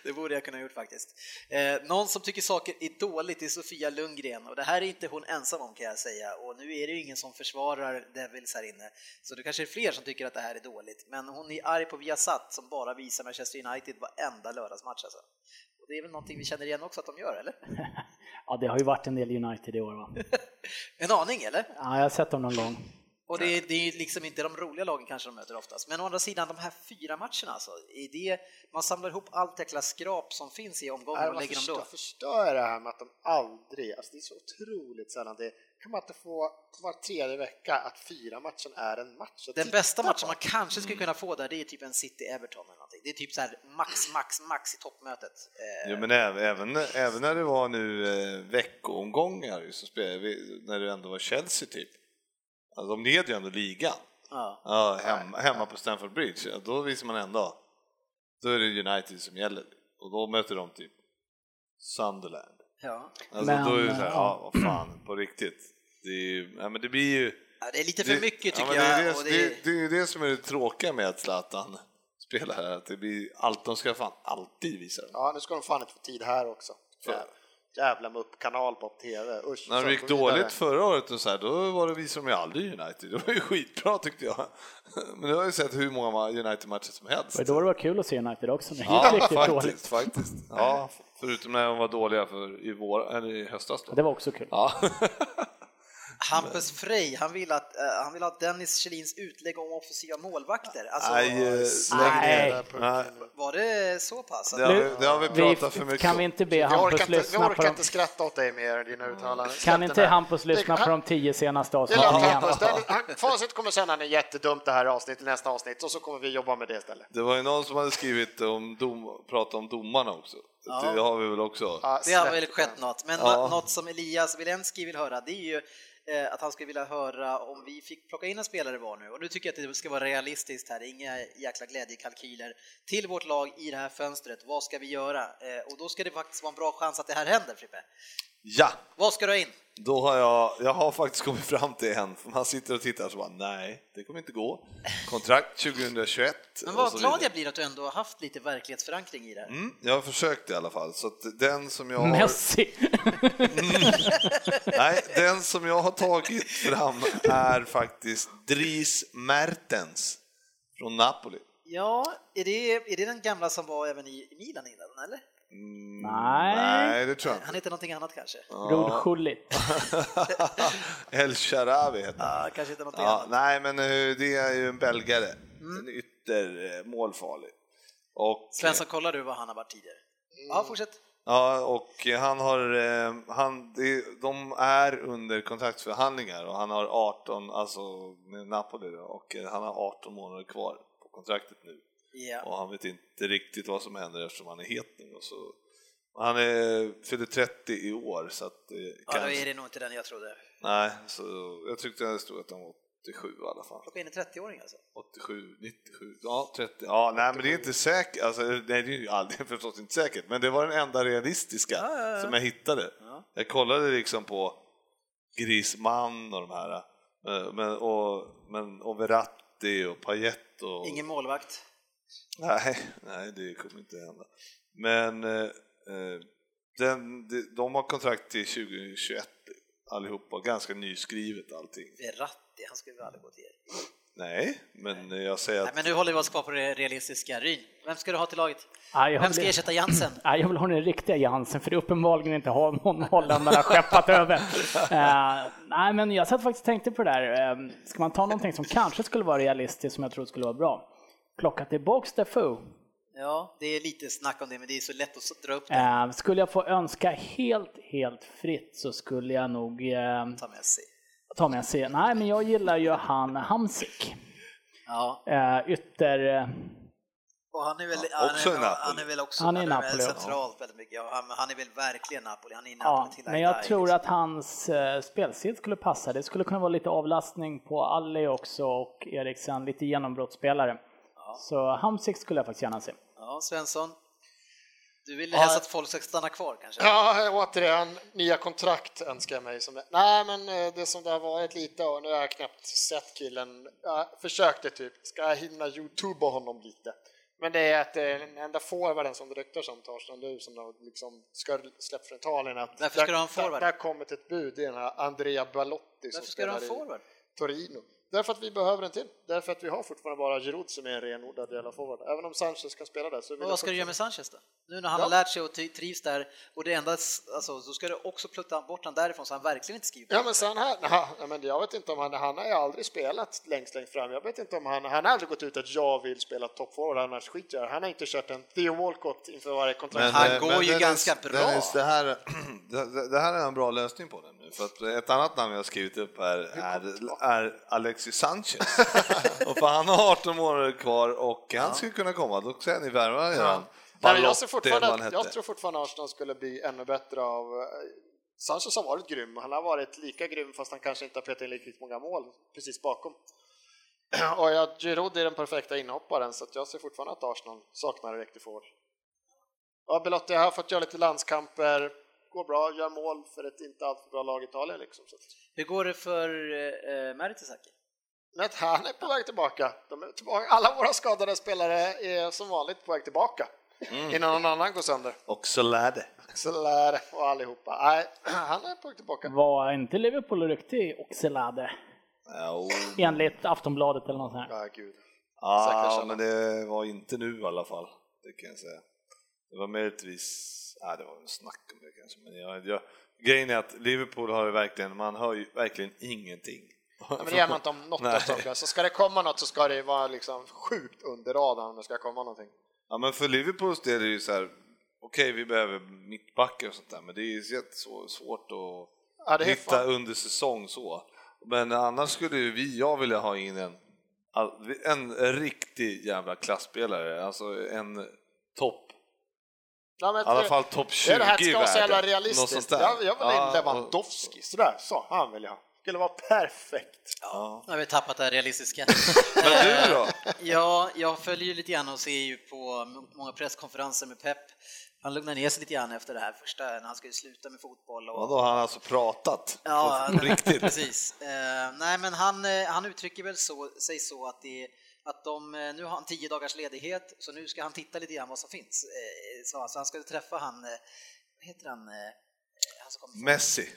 S2: Det borde jag kunna ha gjort faktiskt. Eh, någon som tycker saker är dåligt är Sofia Lundgren och det här är inte hon ensam om kan jag säga och nu är det ju ingen som försvarar Devils här inne så det kanske är fler som tycker att det här är dåligt men hon är arg på Viasat som bara visar Manchester United varenda lördagsmatch alltså. Och det är väl någonting vi känner igen också att de gör eller?
S4: Ja, det har ju varit en del United i år va?
S2: En aning eller?
S4: Ja, jag har sett dem någon gång.
S2: Och det är, det är liksom inte de roliga lagen kanske de möter oftast. Men å andra sidan, de här fyra matcherna alltså, är det, man samlar ihop allt jäkla skrap som finns i omgången
S3: Nej,
S2: och
S3: man
S2: lägger dem
S3: förstör,
S2: då.
S3: förstör det här med att de aldrig, alltså det är så otroligt sällan, det kan man inte få var tredje vecka att fyra matchen är en match. att
S2: Den
S3: titta
S2: bästa
S3: på.
S2: matchen man kanske skulle kunna få där, det är typ en City-Everton eller någonting. Det är typ så här max, max, max i toppmötet. Eh,
S5: Jo, men även, även, även när det var nu eh, veckoomgångar ju, så spelade vi, när det ändå var Chelsea typ. Alltså, de leder ju ändå ligan.
S2: ja.
S5: Ja, hemma, hemma på Stamford Bridge, ja, då visar man en dag. Då är det United som gäller och då möter de typ Sunderland.
S2: Ja.
S5: Alltså,
S4: Men,
S5: då är det så här,
S4: eh,
S5: ja vad fan, på riktigt. Det, är, ju- ja, men det blir ju...
S2: ja, det är lite för mycket
S5: ja,
S2: tycker
S5: men det är
S2: jag.
S5: Det,
S2: och
S5: det, det är ju det som är det tråkiga med att Zlatan spelare. Att det blir allt, de ska fan alltid visa det.
S3: Ja, nu ska de fan inte få tid här också. Jävla, jävla muppkanal på TV. Usch,
S5: När
S3: så
S5: det gick
S3: gå vidare.
S5: dåligt förra året, och så här, då var det, visade de ju aldrig United. Det var ju skitbra tyckte jag. Men jag har ju sett hur många United-matcher som helst.
S4: Det var då det var kul att se United också, när det gick
S5: Ja,
S4: riktigt dåligt.
S5: faktiskt, faktiskt. Ja, förutom när de var dåliga för i, vår, eller i höstas. Då.
S4: Det var också kul.
S5: Ja.
S2: Hampus Frey, han vill, att, eh, han vill ha Dennis Kjellins utlägg om offensiva målvakter. Alltså,
S5: Nej, eh,
S4: Nej.
S5: lägg ner.
S3: Där på-
S5: Nej,
S2: Var det så pass?
S5: det, har vi, det har vi pratat för mycket
S4: kan
S5: om.
S4: vi inte be
S3: Jag
S4: Hampus
S3: orkar, inte, jag
S4: lyssna på
S3: orkar
S4: dem?
S3: inte skratta åt dig mer, dina uttalanden. Släpp
S4: Kan
S3: den
S4: inte
S3: där.
S4: Hampus lyssna
S3: Det-
S4: på de tio senaste
S3: Det är klart,
S4: avsnitten igen?
S3: Hampus. Det är- han- Facit kommer sen när det är jättedumt det här avsnittet, nästa avsnitt, och så kommer vi jobba med det istället.
S5: Det var ju någon som hade skrivit om dom, pratat om domarna också. Det har vi väl också.
S3: Ja,
S2: Det har
S3: släpp
S2: väl
S3: den.
S2: skett något, men
S5: Ja.
S2: nå- något som Elias Wilensky vill höra det är ju eh, att han skulle vilja höra om vi fick plocka in en spelare var nu och nu tycker jag att det ska vara realistiskt här, inga jäkla glädjekalkyler till vårt lag i det här fönstret, vad ska vi göra? Eh, Och då ska det faktiskt vara en bra chans att det här händer Frippe.
S5: Ja,
S2: Vad ska du ha in?
S5: då har jag, jag har faktiskt kommit fram till en. För man sitter och tittar och så bara, nej, det kommer inte gå. Kontrakt 2021.
S2: Men
S5: och
S2: vad
S5: så
S2: glad
S5: vidare.
S2: jag blir att du ändå har haft lite verklighetsförankring i det här.
S5: Mm, jag har försökt i alla fall, så att den som jag har,
S4: Messi!
S5: nej, den som jag har tagit fram är faktiskt Dries Mertens från Napoli.
S2: Ja, är det, är det den gamla som var även i Milan innan eller?
S4: Nej.
S5: Nej, det tror jag
S2: Han
S5: inte.
S2: heter någonting annat kanske?
S4: Rodjulli.
S5: El Sharawi heter han.
S2: Ja, Ah, kanske heter någonting
S5: Ja,
S2: annat.
S5: nej, men eh, det är ju en belgare.
S2: Mm.
S5: En ytter eh, målfarlig. Och, eh,
S2: Svensson, kollar du vad han har varit tidigare? Ja,
S5: Mm.
S2: fortsätt.
S5: ja, och han har, eh, han, det- de är under kontraktsförhandlingar och han har 18, alltså med Napoli då, och eh, han har 18 månader kvar på kontraktet nu.
S2: Ja.
S5: Och han vet inte riktigt vad som händer eftersom han är het nu. Och så, han är, fyller 30 i år så att eh,
S2: Ja, då
S5: kanske,
S2: är det nog inte den jag trodde.
S5: nej, så jag tyckte det stod att han var 87 i alla fall.
S2: Plocka in en 30-åring alltså.
S5: 87, 97, ja 30. Ja, nej men det är inte säkert, alltså, nej det är ju aldrig, förstås inte säkert, men det var den enda realistiska
S2: ja, ja.
S5: som jag hittade. Jag kollade liksom på Griezmann och de här, eh, men, och, men, och Verratti och Payet och...
S2: Ingen målvakt.
S5: Nej, nej, det kommer inte hända. Men eh, eh, den, de, de har kontrakt till 2021 allihopa, ganska nyskrivet allting.
S2: Verratti, han skulle vi aldrig gå till.
S5: Nej, men eh, jag säger att
S2: Nej, men nu håller vi oss kvar på det realistiska. Ryn, vem ska du ha till laget?
S4: Ja, jag
S2: Vem ska
S4: blir-
S2: ersätta Jansen?
S4: Nej, jag vill ha den riktiga Jansen, för det är uppenbarligen inte har någon holländarna skeppat över. Eh, nej, men jag satt faktiskt och tänkte på det där. Eh, ska man ta någonting som kanske skulle vara realistiskt, som jag tror skulle vara bra? Plocka tillbaks Defoe.
S2: Ja, det är lite snack om det, men det är så lätt att dra upp det.
S4: Eh, skulle jag få önska helt, helt fritt så skulle jag nog eh,
S2: Ta med sig.
S4: ta med sig... Nej, men jag gillar ju han Hamsik.
S2: Ja,
S4: Eh, ytter... eh,
S2: och han är väl,
S5: Ja,
S2: han,
S5: också i
S2: är,
S5: Napoli.
S2: han är väl också
S4: Han är i
S2: väl
S4: Napoli, ja.
S2: centralt väldigt mycket. Ja, han, han är väl verkligen Napoli. Han är i
S4: Ja,
S2: Napoli till
S4: men jag tror att hans eh, spelstil skulle passa. Det skulle kunna vara lite avlastning på Alli också och Eriksen, lite genombrottsspelare. Så Hamsik skulle jag faktiskt gärna se.
S2: Ja, Svensson. Du vill helst att folk ska stanna kvar kanske?
S3: Ja, återigen, nya kontrakt önskar jag mig. Som, nej, men eh, det som det har varit lite och nu har jag knappt sett killen. Jag försökte typ, ska jag hinna youtuba honom lite? Men det är att eh, den enda forwarden som det ryktas om, Torsten du som har liksom ska släppt från Italien, att
S2: Varför ska du ha en forward?
S3: Där, där kommit ett bud, det är den här Andrea Balotti som
S2: Varför ska du ha en
S3: spelar i
S2: forward?
S3: Torino. Därför att vi behöver en till, därför att vi har fortfarande bara Giroud som är en renodlad jävla forward. Även om Sanchez kan spela där så vill
S2: Men
S3: jag
S2: vad ska du
S3: fortfarande-
S2: göra med Sanchez då? Nu när han
S3: Ja.
S2: har lärt sig och tri- trivs där och det enda, alltså, så ska du också plutta bort honom därifrån så han verkligen inte skriver
S3: Ja men sen här, nej, men jag vet inte om han, han har ju aldrig spelat längst längst fram. Jag vet inte om han, han har aldrig gått ut att jag vill spela toppforward annars skiter jag. Han har inte kört en Theo Walcott inför varje kontrakt.
S2: han
S5: eh,
S2: går ju
S5: Dennis-
S2: ganska bra.
S5: Dennis, det, här, det, det här är en bra lösning på det nu. För att ett annat namn jag har skrivit upp här är, är Alexis Sanchez. och för han har 18 månader kvar och han skulle kunna komma. Då säger ni värva ja.
S3: Nej, men jag, ser fortfarande, att- jag tror fortfarande Arsenal skulle bli ännu bättre av eh, Sanchez har varit grym, han har varit lika grym fast han kanske inte har petat in riktigt många mål precis bakom. Och jag, Giroud är den perfekta inhopparen så att jag ser fortfarande att Arsenal saknar en riktig forward. Ja, Belotti har fått göra lite landskamper, går bra, gör mål för ett inte alltför bra lag i Italien liksom. Så att,
S2: Hur går det för eh, eh, Mertesacker?
S3: Men att han är på väg tillbaka. De är tillbaka. Alla våra skadade spelare är som vanligt på väg tillbaka innan någon annan går sönder.
S5: Och så lärde.
S3: Axelär och allihopa. Nej, han är på väg tillbaka.
S2: Mm.
S4: Var inte Liverpool riktig Oxelade?
S5: Ja,
S4: Enligt Aftonbladet eller något sånt här.
S3: Ja, gud. Säkra
S5: ah,
S3: källor.
S5: men det var inte nu i alla fall, det kan jag säga. Det var möjligtvis, ja det var väl snack om det kanske, men jag, jag, grejen är att Liverpool har ju verkligen, man hör ju verkligen ingenting.
S3: Ja, men det gör man inte om något
S5: Nej.
S3: av sakerna. Så ska det komma något så ska det vara liksom sjukt under radarn om det ska komma någonting.
S5: Ja men för Liverpools del är det ju så här, okej vi behöver mittbackar och sånt där, men det är ju jättesvårt att
S3: Ja, det är
S5: hitta
S3: fan.
S5: under säsong så. Men annars skulle ju vi, jag vilja ha in en, all- en riktig jävla klassspelare, alltså en topp
S3: Ja, men
S5: I alla fall topp 20
S3: det är det här ska vara så
S5: i
S3: jävla
S5: världen. Något sånt
S3: realistiskt.
S5: där.
S3: Jag, jag vill ha in
S5: Ja, och-
S3: Lewandowski, sådär, så han vill jag ha. Skulle vara perfekt.
S5: Ja.
S2: Nu har vi tappat det här realistiska.
S5: Men du då?
S2: Ja, jag följer ju lite grann och ser ju på många presskonferenser med Pep. Han lugnar ner sig lite grann efter det här första, när han ska ju sluta med fotboll. Och...
S5: Ja, då har han alltså pratat
S2: Ja,
S5: på, på riktigt.
S2: Precis. Eh, nej, men han, eh, han uttrycker väl så, sig så att, det, att de, eh, nu har han tio dagars ledighet, så nu ska han titta lite grann vad som finns. Eh, så, han- så han ska träffa han, eh, vad heter han? Eh, han som kommer från,
S5: Messi.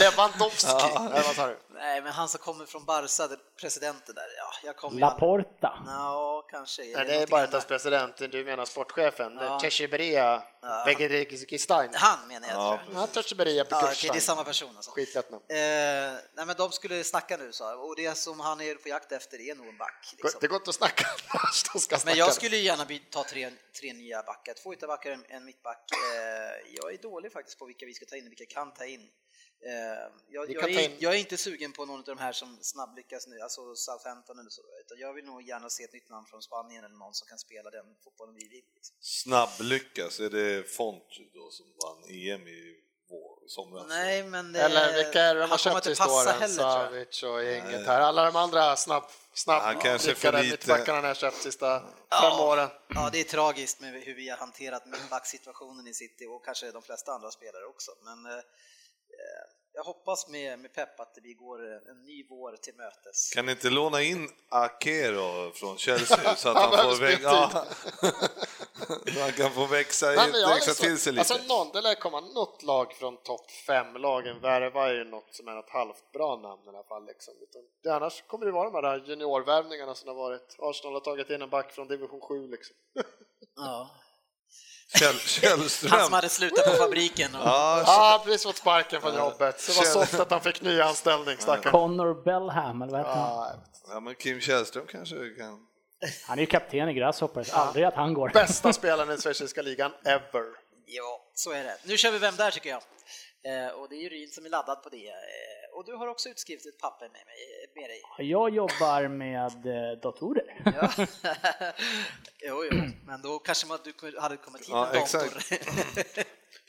S3: Lewandowski. Nej, vad sa du?
S2: nej, men han som kommer från Barca, den- presidenten där. Ja, jag kommer ju aldrig-
S4: Laporta.
S2: Ja, kanske.
S3: Nej, det är
S2: någonting
S3: Bartas
S2: annat?
S3: president, du menar sportchefen,
S2: Ja.
S3: Teshibria, Begedikistan.
S2: Han menar jag.
S5: Ja,
S2: tror jag.
S3: Ja, Teshibria
S2: Ja, okej,
S3: Bekirstein.
S2: det är samma person alltså.
S3: Skitlätt namn.
S2: Eh, nej men de skulle snacka nu sa jag. och det som han är på jakt efter är nog en back. Liksom.
S3: Det går inte att snacka annars, de ska snacka.
S2: Men jag skulle ju gärna by- ta tre, tre nya backar, två ytterbackar en, en mittback. Eh, jag är dålig faktiskt på vilka vi ska ta in och vilka kan ta in. Eh, jag,
S3: Vi
S2: jag,
S3: kan ta
S2: är,
S3: in-
S2: jag är inte sugen på någon av de här som snabblyckas nu, alltså Southampton eller så, utan jag vill nog gärna se ett nytt namn från Spanien eller någon som kan spela den fotbollen vi vill. Liksom.
S5: Snabblyckas, är det Font då som vann EM i vår, i somras?
S2: Nej, men... eh,
S3: Eller vilka är det de har
S2: han kommer
S3: köpt
S2: inte
S3: sista
S2: passa
S3: åren?
S2: heller, tror jag.
S3: Savic och gänget här. Alla de andra snabb,
S5: Han
S3: snabb
S5: kanske får
S3: lyckade
S5: lite-
S3: mittbackarna ni har köpt sista fem
S2: Ja.
S3: åren.
S2: Ja, det är tragiskt med hur vi har hanterat mittbacksituationen i City och kanske de flesta andra spelare också. Men eh, eh, jag hoppas med, med Pep att vi går eh, en ny vår till mötes.
S5: Kan ni inte låna in Akero från Chelsea så att han,
S3: behöver
S5: får vä- ja. så han kan få växa,
S3: Nej, men jag har
S5: växa
S3: liksom-
S5: till sig lite?
S3: Alltså någon, det lär komma något lag från topp fem lagen värvar ju något som är något halvt bra namn i alla fall. Liksom. Utan, det- annars kommer det vara de här juniorvärvningarna som har varit. Arsenal har tagit in en back från division 7 liksom.
S2: Ja.
S5: Käll,
S2: Han som
S5: Källström?
S2: hade slutat på fabriken. Och,
S5: Ja,
S3: Ja, ah, precis fått sparken från jobbet. Så det var
S5: Tjena.
S3: soft att han fick ny anställning, stackarn.
S4: Connor Bellham, eller vad heter han?
S3: Ja, jag vet.
S5: ja, men Kim Källström kanske kan...
S4: Han är ju kapten i Grasshoppers, aldrig att han går.
S3: Bästa spelaren i schweiziska ligan ever.
S2: ja, så är det. Nu kör vi Vem där tycker jag. Eh, och det är ju Ryn som är laddad på det. Eh, och du har också utskrivet ett papper med, mig, eh, med dig.
S4: Jag jobbar med eh, datorer.
S2: Ja. jo, jo, men då kanske man, du hade kommit hit
S5: Ja,
S2: med en
S5: exakt.
S2: dator.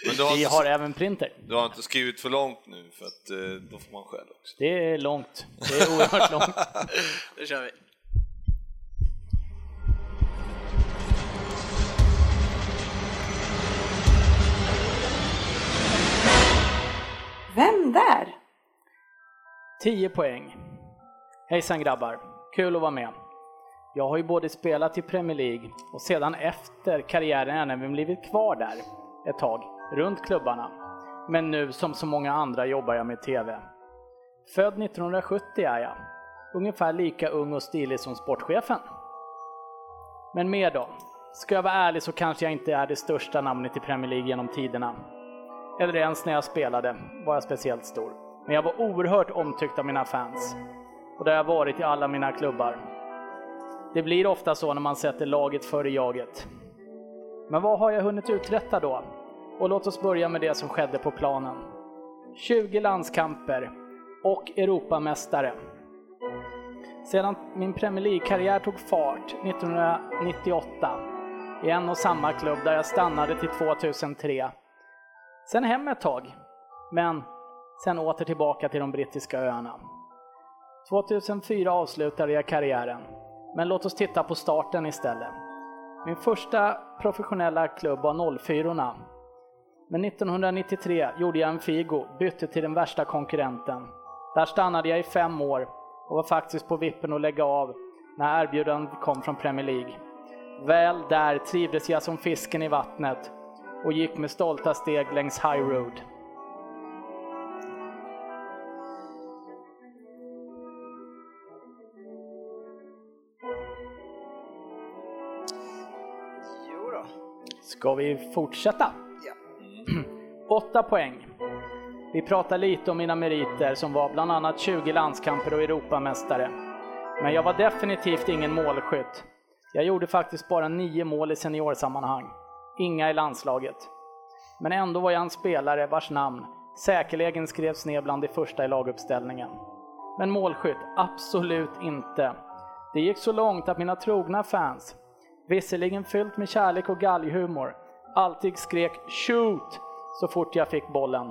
S5: Men du har,
S4: Vi
S5: inte,
S4: har även printer.
S5: du har inte skrivit för långt nu för att eh, då får man skäll också.
S4: Det är långt. Det är oerhört långt.
S2: Då kör vi.
S1: Vem där?
S4: 10 poäng. Hejsan grabbar, kul att vara med. Jag har ju både spelat i Premier League och sedan efter karriären även blivit kvar där ett tag, runt klubbarna. Men nu som så många andra jobbar jag med TV. Född 1970 är jag, ungefär lika ung och stilig som sportchefen. Men mer då? Ska jag vara ärlig så kanske jag inte är det största namnet i Premier League genom tiderna eller ens när jag spelade, var jag speciellt stor. Men jag var oerhört omtyckt av mina fans. Och det har jag varit i alla mina klubbar. Det blir ofta så när man sätter laget före jaget. Men vad har jag hunnit uträtta då? Och låt oss börja med det som skedde på planen. 20 landskamper och Europamästare. Sedan min Premier League-karriär tog fart 1998 i en och samma klubb där jag stannade till 2003 Sen hem ett tag, men sen åter tillbaka till de brittiska öarna. 2004 avslutade jag karriären, men låt oss titta på starten istället. Min första professionella klubb var 04 men 1993 gjorde jag en Figo, bytte till den värsta konkurrenten. Där stannade jag i fem år och var faktiskt på vippen att lägga av när erbjudandet kom från Premier League. Väl där trivdes jag som fisken i vattnet och gick med stolta steg längs High Road.
S2: Jo då.
S4: Ska vi fortsätta?
S2: Ja.
S4: Åtta poäng. Vi pratar lite om mina meriter som var bland annat 20 landskamper och Europamästare. Men jag var definitivt ingen målskytt. Jag gjorde faktiskt bara nio mål i seniorsammanhang. Inga i landslaget. Men ändå var jag en spelare vars namn säkerligen skrevs ner bland de första i laguppställningen. Men målskytt, absolut inte. Det gick så långt att mina trogna fans, visserligen fyllt med kärlek och galghumor, alltid skrek “shoot” så fort jag fick bollen.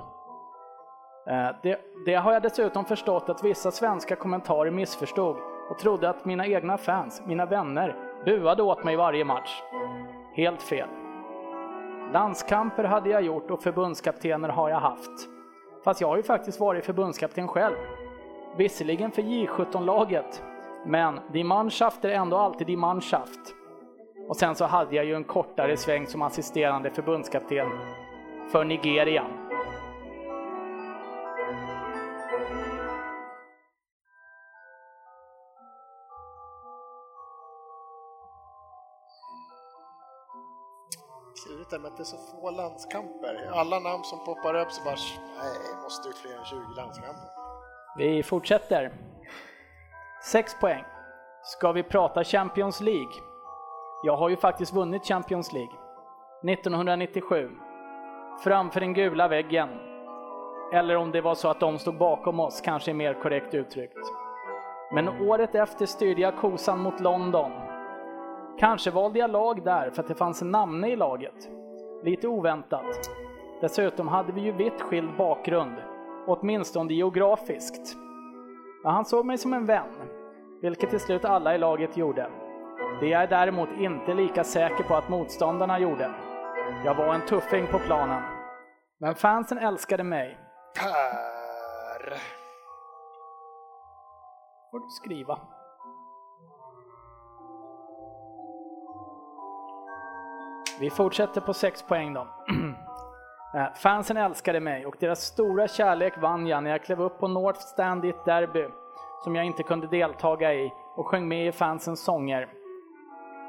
S4: Eh, Det, det har jag dessutom förstått att vissa svenska kommentarer missförstod och trodde att mina egna fans, mina vänner, buade åt mig varje match. Helt fel. Landskamper hade jag gjort och förbundskaptener har jag haft. Fast jag har ju faktiskt varit förbundskapten själv. Visserligen för J17-laget, men die Mannschaft är ändå alltid die Mannschaft. Och sen så hade jag ju en kortare sväng som assisterande förbundskapten för Nigeria.
S3: Klurigt där med att det är så få landskamper. Alla namn som poppar upp så bara, nej, det måste ju fler än 20 landskamper.
S4: Vi fortsätter. 6 poäng. Ska vi prata Champions League? Jag har ju faktiskt vunnit Champions League. 1997. Framför den gula väggen. Eller om det var så att de stod bakom oss, kanske är mer korrekt uttryckt. Men året efter styrde jag kosan mot London. Kanske valde jag lag där för att det fanns en namne i laget. Lite oväntat. Dessutom hade vi ju vitt skild bakgrund, åtminstone geografiskt. Men han såg mig som en vän, vilket till slut alla i laget gjorde. Det jag är däremot inte lika säker på att motståndarna gjorde. Jag var en tuffing på planen. Men fansen älskade mig.
S3: Per!
S4: Får du skriva. Vi fortsätter på 6 poäng då. Eh, Fansen älskade mig och deras stora kärlek vann jag när jag klev upp på North Stand i ett derby som jag inte kunde deltaga i och sjöng med i fansens sånger.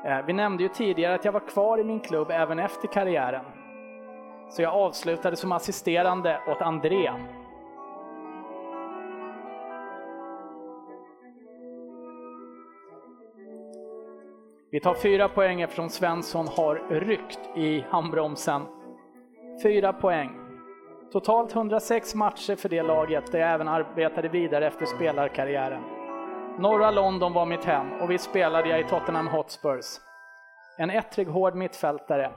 S4: Eh, Vi nämnde ju tidigare att jag var kvar i min klubb även efter karriären. Så jag avslutade som assisterande åt André. Vi tar fyra poäng eftersom Svensson har ryckt i handbromsen. Fyra poäng. Totalt 106 matcher för det laget där jag även arbetade vidare efter spelarkarriären. Norra London var mitt hem och vi spelade jag i Tottenham Hotspurs. En ettrig hård mittfältare.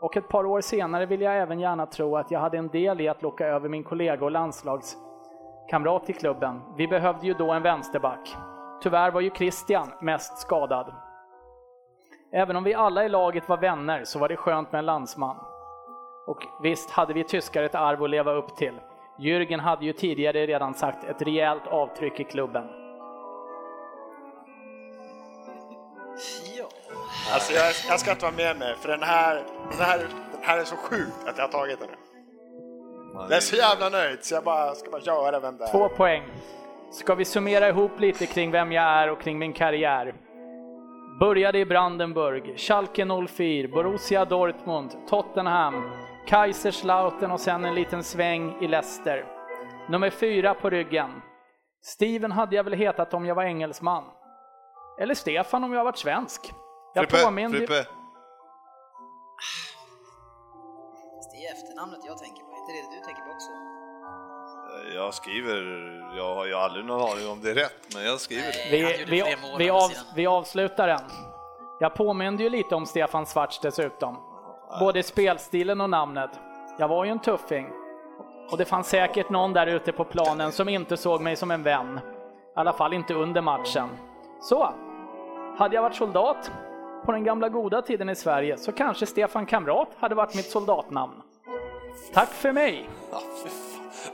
S4: Och ett par år senare vill jag även gärna tro att jag hade en del i att locka över min kollega och landslagskamrat till klubben. Vi behövde ju då en vänsterback. Tyvärr var ju Christian mest skadad. Även om vi alla i laget var vänner så var det skönt med en landsman. Och visst hade vi tyskar ett arv att leva upp till. Jürgen hade ju tidigare redan sagt ett rejält avtryck i klubben.
S2: Ja.
S3: Alltså jag, jag ska inte vara med mig för den här, den här, den här är så sjuk att jag har tagit den.
S5: Man
S3: Jag är så jävla nöjd så jag bara, ska bara göra vem det är.
S4: Två poäng. Ska vi summera ihop lite kring vem jag är och kring min karriär? Började i Brandenburg, Schalke 04, Borussia Dortmund, Tottenham, Kaiserslautern och sen en liten sväng i Leicester. Nummer fyra på ryggen. Steven hade jag väl hetat om jag var engelsman. Eller Stefan om jag varit svensk. Jag
S5: Frippe,
S4: påminner ju-
S5: Frippe.
S2: Det är efternamnet jag tänker på, inte det du tänker på också?
S5: Jag skriver, jag har ju aldrig någon aning om det är rätt, men jag skriver det.
S2: Han
S4: Vi,
S2: gjorde
S4: vi,
S2: fler mål
S4: vi,
S2: å andra
S4: av,
S2: sidan.
S4: vi avslutar den. Jag påminde ju lite om Stefan Svarts dessutom. Både spelstilen och namnet. Jag var ju en tuffing. Och det fanns säkert någon där ute på planen som inte såg mig som en vän. I alla fall inte under matchen. Så, hade jag varit soldat på den gamla goda tiden i Sverige så kanske Stefan Kamrat hade varit mitt soldatnamn. Tack för mig!
S5: Ja, fy fan.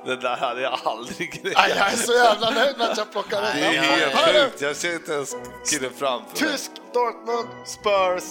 S5: Det där hade jag aldrig grejat.
S3: Aj, jag är så jävla nöjd med att jag plockade
S5: Det är
S3: den.
S5: helt
S3: Hörru,
S5: sjukt, jag ser inte ens killen framför mig.
S3: Tysk Dortmund Spurs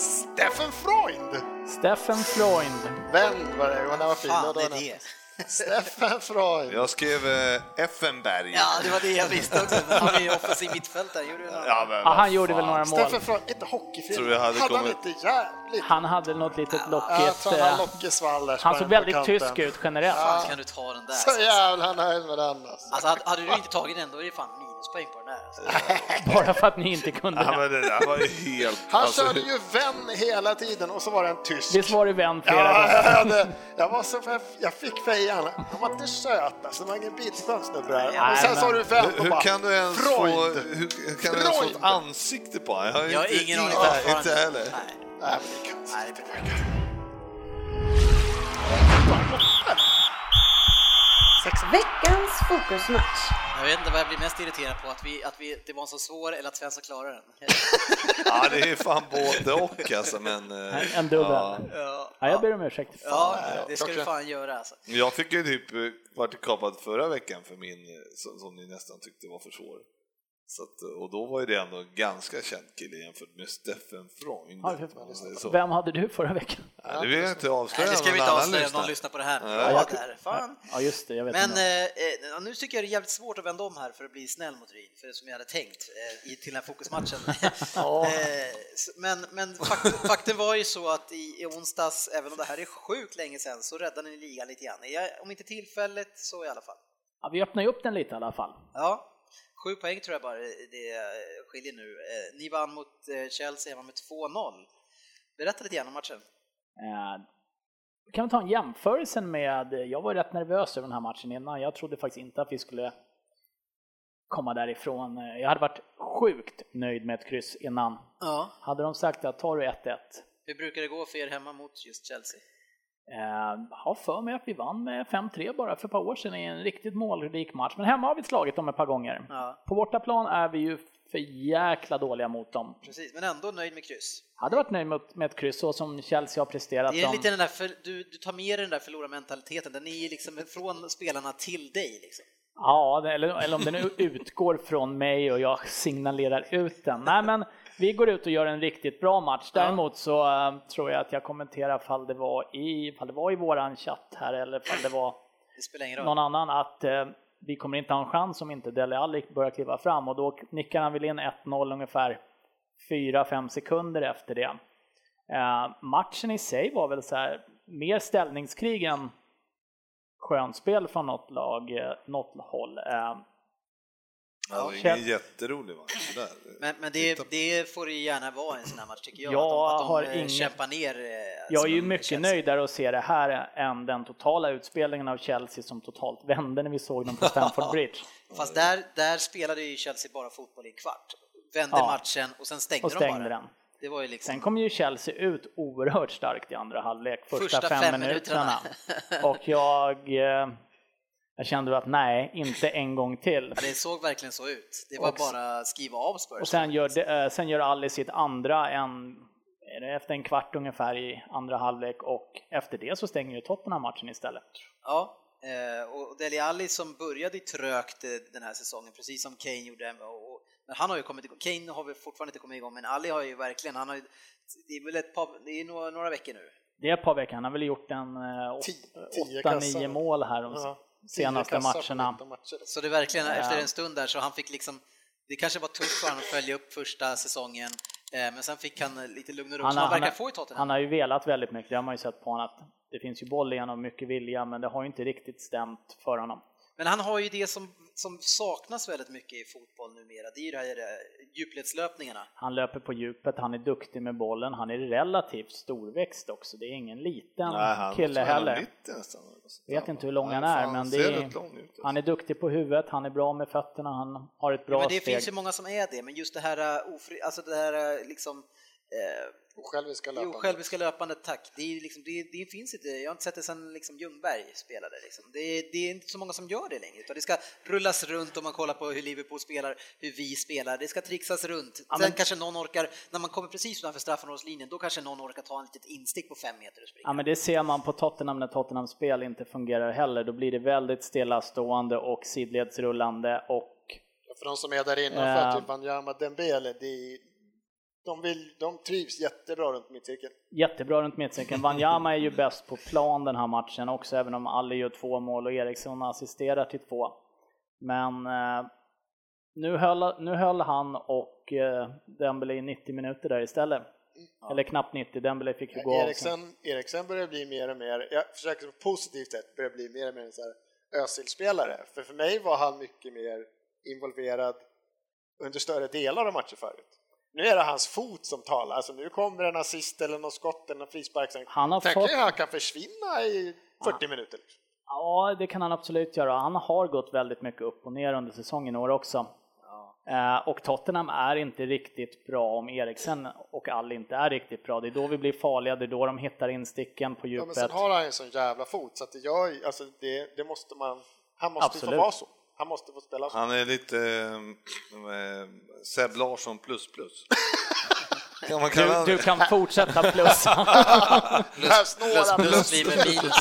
S3: Steffen Freund.
S4: Steffen Freund.
S3: Vänd var det, han var fin.
S2: Fan,
S3: då
S2: det är
S3: den.
S2: det.
S3: Steffen Freund.
S5: Jag skrev eh, Effenberg.
S2: Ja, det var det jag visste också. Han är ju offensiv mittfältare. Gjorde du något?
S5: Ja, men
S4: Ja,
S5: vad
S4: han gjorde väl
S5: fan.
S4: några mål.
S3: Steffen Freund, inte hockeyfilm.
S5: Tror jag hade kommit-
S3: han inte jävligt...
S4: Han hade något litet
S3: Jag
S4: lockigt.
S3: tror han
S4: eh,
S3: har lockesvall där.
S4: Han
S3: sprang
S4: såg
S3: på
S4: väldigt
S3: kanten.
S4: tysk ut generellt.
S2: Fan, Kan du ta den där?
S3: Så jävla nöjd med den alltså.
S2: Alltså, hade- hade du inte tagit den, då är det fan minuspoäng på den där. Alltså.
S4: Bara för att ni inte kunde
S5: Ja,
S4: det.
S5: men det där var ju helt...
S3: Han
S5: alltså,
S3: körde ju vän hela tiden och så var det en tysk.
S4: Visst var det vän flera
S3: Ja,
S4: gånger?
S3: jag, hade, jag, var så, jag- jag fick fejan. De var inte söta, så det var ingen bitskön snubbe där.
S4: Nej,
S3: Och sen
S4: men-
S3: sa du vän och
S5: Hur
S3: bara,
S5: kan du ens få,
S3: Freud!
S5: hur kan du ens få ett
S3: Freud.
S5: ansikte på honom?
S2: Jag har ingen aning
S5: Nej, inte heller.
S2: Nej.
S3: Nej, men det kan
S2: Nej, det är bra.
S1: Veckans fokusmatch.
S2: Jag vet inte vad jag blir mest irriterad på, att, vi, att vi, det var en så svår eller att Svensson klarade den.
S5: Ja, det är fan både och alltså, men... eh,
S4: En dubbel.
S5: ja.
S2: Ja,
S4: Ja, jag ber om ursäkt.
S2: ja det ska du fan göra alltså.
S5: Jag fick ju typ eh, vart kapad förra veckan för min, eh, som, som ni nästan tyckte var för svår. Så att, eh, och då var ju det ändå en ganska känd kille jämfört med Steffen Freund.
S4: Ja, det är
S5: Om man säger så.
S4: Vem hade du förra veckan?
S5: Nej, det vill jag inte
S2: Nej,
S5: avslöja.
S2: det ska vi
S5: någon
S2: inte
S5: annan
S2: avslöja om någon
S5: lyssnare.
S2: lyssnar på det här.
S5: Ja,
S2: Ja,
S4: jag-
S2: där, fan.
S4: Ja, just det. Jag vet
S2: Men
S4: inte.
S2: eh, eh, nu tycker jag det är jävligt svårt att vända om här för att bli snäll mot Ryn, för det som jag hade tänkt eh, i, till den här fokusmatchen. eh, s- men men faktum, faktum var ju så att i, i onsdags, även om det här är sjukt länge sedan, så räddade ni ligan lite grann. Jag, om inte tillfället så i alla fall.
S4: Ja, vi öppnar ju upp den lite i alla fall.
S2: Ja, sju poäng tror jag bara det eh, skiljer nu. Eh, Ni vann mot eh, Chelsea hemma med 2-0. Berätta lite grann om matchen.
S4: Eh, Kan vi ta en jämförelse med, jag var ju rätt nervös över den här matchen innan, jag trodde faktiskt inte att vi skulle komma därifrån. Eh, Jag hade varit sjukt nöjd med ett kryss innan.
S2: Ja.
S4: Hade de sagt att tar du 1-1,
S2: Hur brukar det gå för er hemma mot just Chelsea?
S4: eh, har för mig att vi vann med 5-3 bara för ett par år sedan i en riktigt målrik match, men hemma har vi slagit dem ett par gånger.
S2: Ja,
S4: På bortaplan är vi ju för jäkla dåliga mot dem.
S2: precis, men ändå nöjd med kryss.
S4: Hade varit nöjd med med ett kryss så som Chelsea har presterat.
S2: Det är
S4: dem.
S2: lite den där, för, du, du tar med dig den där förlorarmentaliteten, den är ju liksom från spelarna till dig. Liksom.
S4: Ja, det- eller, eller om den u- utgår från mig och jag signalerar ut den. Nej, men vi går ut och gör en riktigt bra match. Däremot så eh, tror jag att jag kommenterar fall det var i, fall det var i våran chatt här eller fall det var
S2: Det spelar ingen roll.
S4: någon annan att eh, vi kommer inte ha en chans om inte Dele Alli börjar kliva fram och då nickar han väl in 1-0 ungefär 4-5 sekunder efter det. Eh, matchen i sig var väl så här mer ställningskrig än skönspel från något lag, eh, något håll. Eh,
S5: Ja, det är ingen jätterolig match. det där.
S2: Men, men det, det får det ju gärna vara i en sån här match tycker jag.
S4: Jag
S2: att de, att de
S4: har
S2: eh,
S4: ingen-
S2: kämpar ner. eh,
S4: jag är
S2: som
S4: ju
S2: de
S4: mycket
S2: Chelsea.
S4: nöjdare att se det här än den totala utspelningen av Chelsea som totalt vände när vi såg dem på Stamford Bridge.
S2: Fast där, där spelade ju Chelsea bara fotboll i en kvart. Vände
S4: Ja.
S2: matchen och sen stängde,
S4: Och stängde
S2: de bara
S4: den.
S2: Det var ju liksom...
S4: Sen kom ju Chelsea ut oerhört starkt i andra halvlek, första,
S2: Första
S4: fem,
S2: fem
S4: minuterna. Och jag, eh, jag kände att nej, inte en gång till.
S2: Ja, det såg verkligen så ut. Det var
S4: Och-
S2: bara skriva av Spurs.
S4: Och sen gör, de- eh, sen gör Ali sitt andra en, är det efter en kvart ungefär i andra halvlek och efter det så stänger ju Tottenham matchen istället.
S2: Ja, eh, och Deli Alli som började ju trögt eh, den här säsongen, precis som Kane gjorde. Och, och, men han har ju kommit igång. Kane har vi fortfarande inte kommit igång, men Ali har ju verkligen, han har ju, det är väl ett par, det är några, några veckor nu.
S4: Det är ett par veckor, han har väl gjort en eh, åt-
S3: Tio- tio
S4: åtta,
S3: kassar.
S4: nio mål här de
S3: Ja,
S4: senaste
S3: tio kassar på
S4: matcherna.
S3: 19 matcher.
S2: Så det är verkligen efter en stund där så han fick liksom, det kanske var tufft för honom att följa upp första säsongen, eh, men sen fick han eh, lite lugn och ro
S4: Han
S2: som
S4: har-
S2: han verkar
S4: han har-
S2: få i Tottenham.
S4: Han har ju velat väldigt mycket, det har man ju sett på honom att det finns ju boll igen och mycket vilja men det har ju inte riktigt stämt för honom.
S2: Men han har ju det som, som saknas väldigt mycket i fotboll numera, det är ju det här eh, djupledslöpningarna.
S4: Han löper på djupet, han är duktig med bollen, han är relativt storväxt också. Det är ingen liten
S5: Nej, han
S4: kille
S5: tror jag är
S4: heller.
S5: mitt nästan.
S4: Vet inte hur lång han
S5: Nej,
S4: är,
S5: fan,
S4: men
S5: ser
S4: det är-
S5: rätt lång ut.
S4: Han är duktig på huvudet, han är bra med fötterna, han har ett bra
S2: ja, men det
S4: steg.
S2: finns ju många som är det, men just det här eh, ofri, alltså det här eh, liksom
S3: Osjälviska
S2: Jo,
S3: löpande.
S2: själviska löpandet, tack. Det, är liksom, det, det finns inte, jag har inte sett det sedan liksom Ljungberg spelade. Liksom. Det, det är inte så många som gör det längre, utan det ska rullas runt om man kollar på hur Liverpool spelar, hur vi spelar, det ska trixas runt.
S4: Ja,
S2: Sen
S4: men-
S2: kanske någon orkar, när man kommer precis utanför straffområdeslinjen, då kanske någon orkar ta en litet instick på fem meter och springa.
S4: Ja men det ser man på Tottenham när Tottenhams spel inte fungerar heller. Då blir det väldigt stillastående och sidledsrullande och
S3: För de som är där innanför, typ Wanyama Dembele, de, de, vill, de trivs jättebra runt mittcirkeln.
S4: jättebra runt mittcirkeln. Wanyama är ju bäst på plan den här matchen också, även om Ali gör två mål och Eriksson assisterar till två. Men eh, nu höll, nu höll han och eh, Dembele i 90 minuter där istället. Eller knappt 90, Dembele fick ju gå av. sen.
S3: Eriksen, Eriksen börjar bli mer och mer, jag försöker på ett positivt sätt, börjar bli mer och mer en så här Özil-spelare. För för mig var han mycket mer involverad under större delar av matcher förut. Nu är det hans fot som talar, alltså nu kommer en assist eller något skott eller någon frispark. Sen-
S4: Han har
S3: Tänk
S4: fått-
S3: er han kan försvinna i 40 minuter.
S4: Ja, det kan han absolut göra. Han har gått väldigt mycket upp och ner under säsongen i år också. Eh, Och Tottenham är inte riktigt bra om Eriksen och All inte är riktigt bra. Det är då vi blir farliga, det är då de hittar insticken på
S3: Ja,
S4: djupet.
S3: men sen har han ju en sån jävla fot så att det gör ju- alltså det, det måste man, han måste ju
S4: Absolut.
S3: få vara så. Han måste få spela så.
S5: Han är lite eh, eh, Seb Larsson plus plus. kan man kalla
S4: Du, du
S5: honom
S4: kan fortsätta plussa.
S3: Plus,
S2: Plus,
S3: några
S2: plus blir med minus,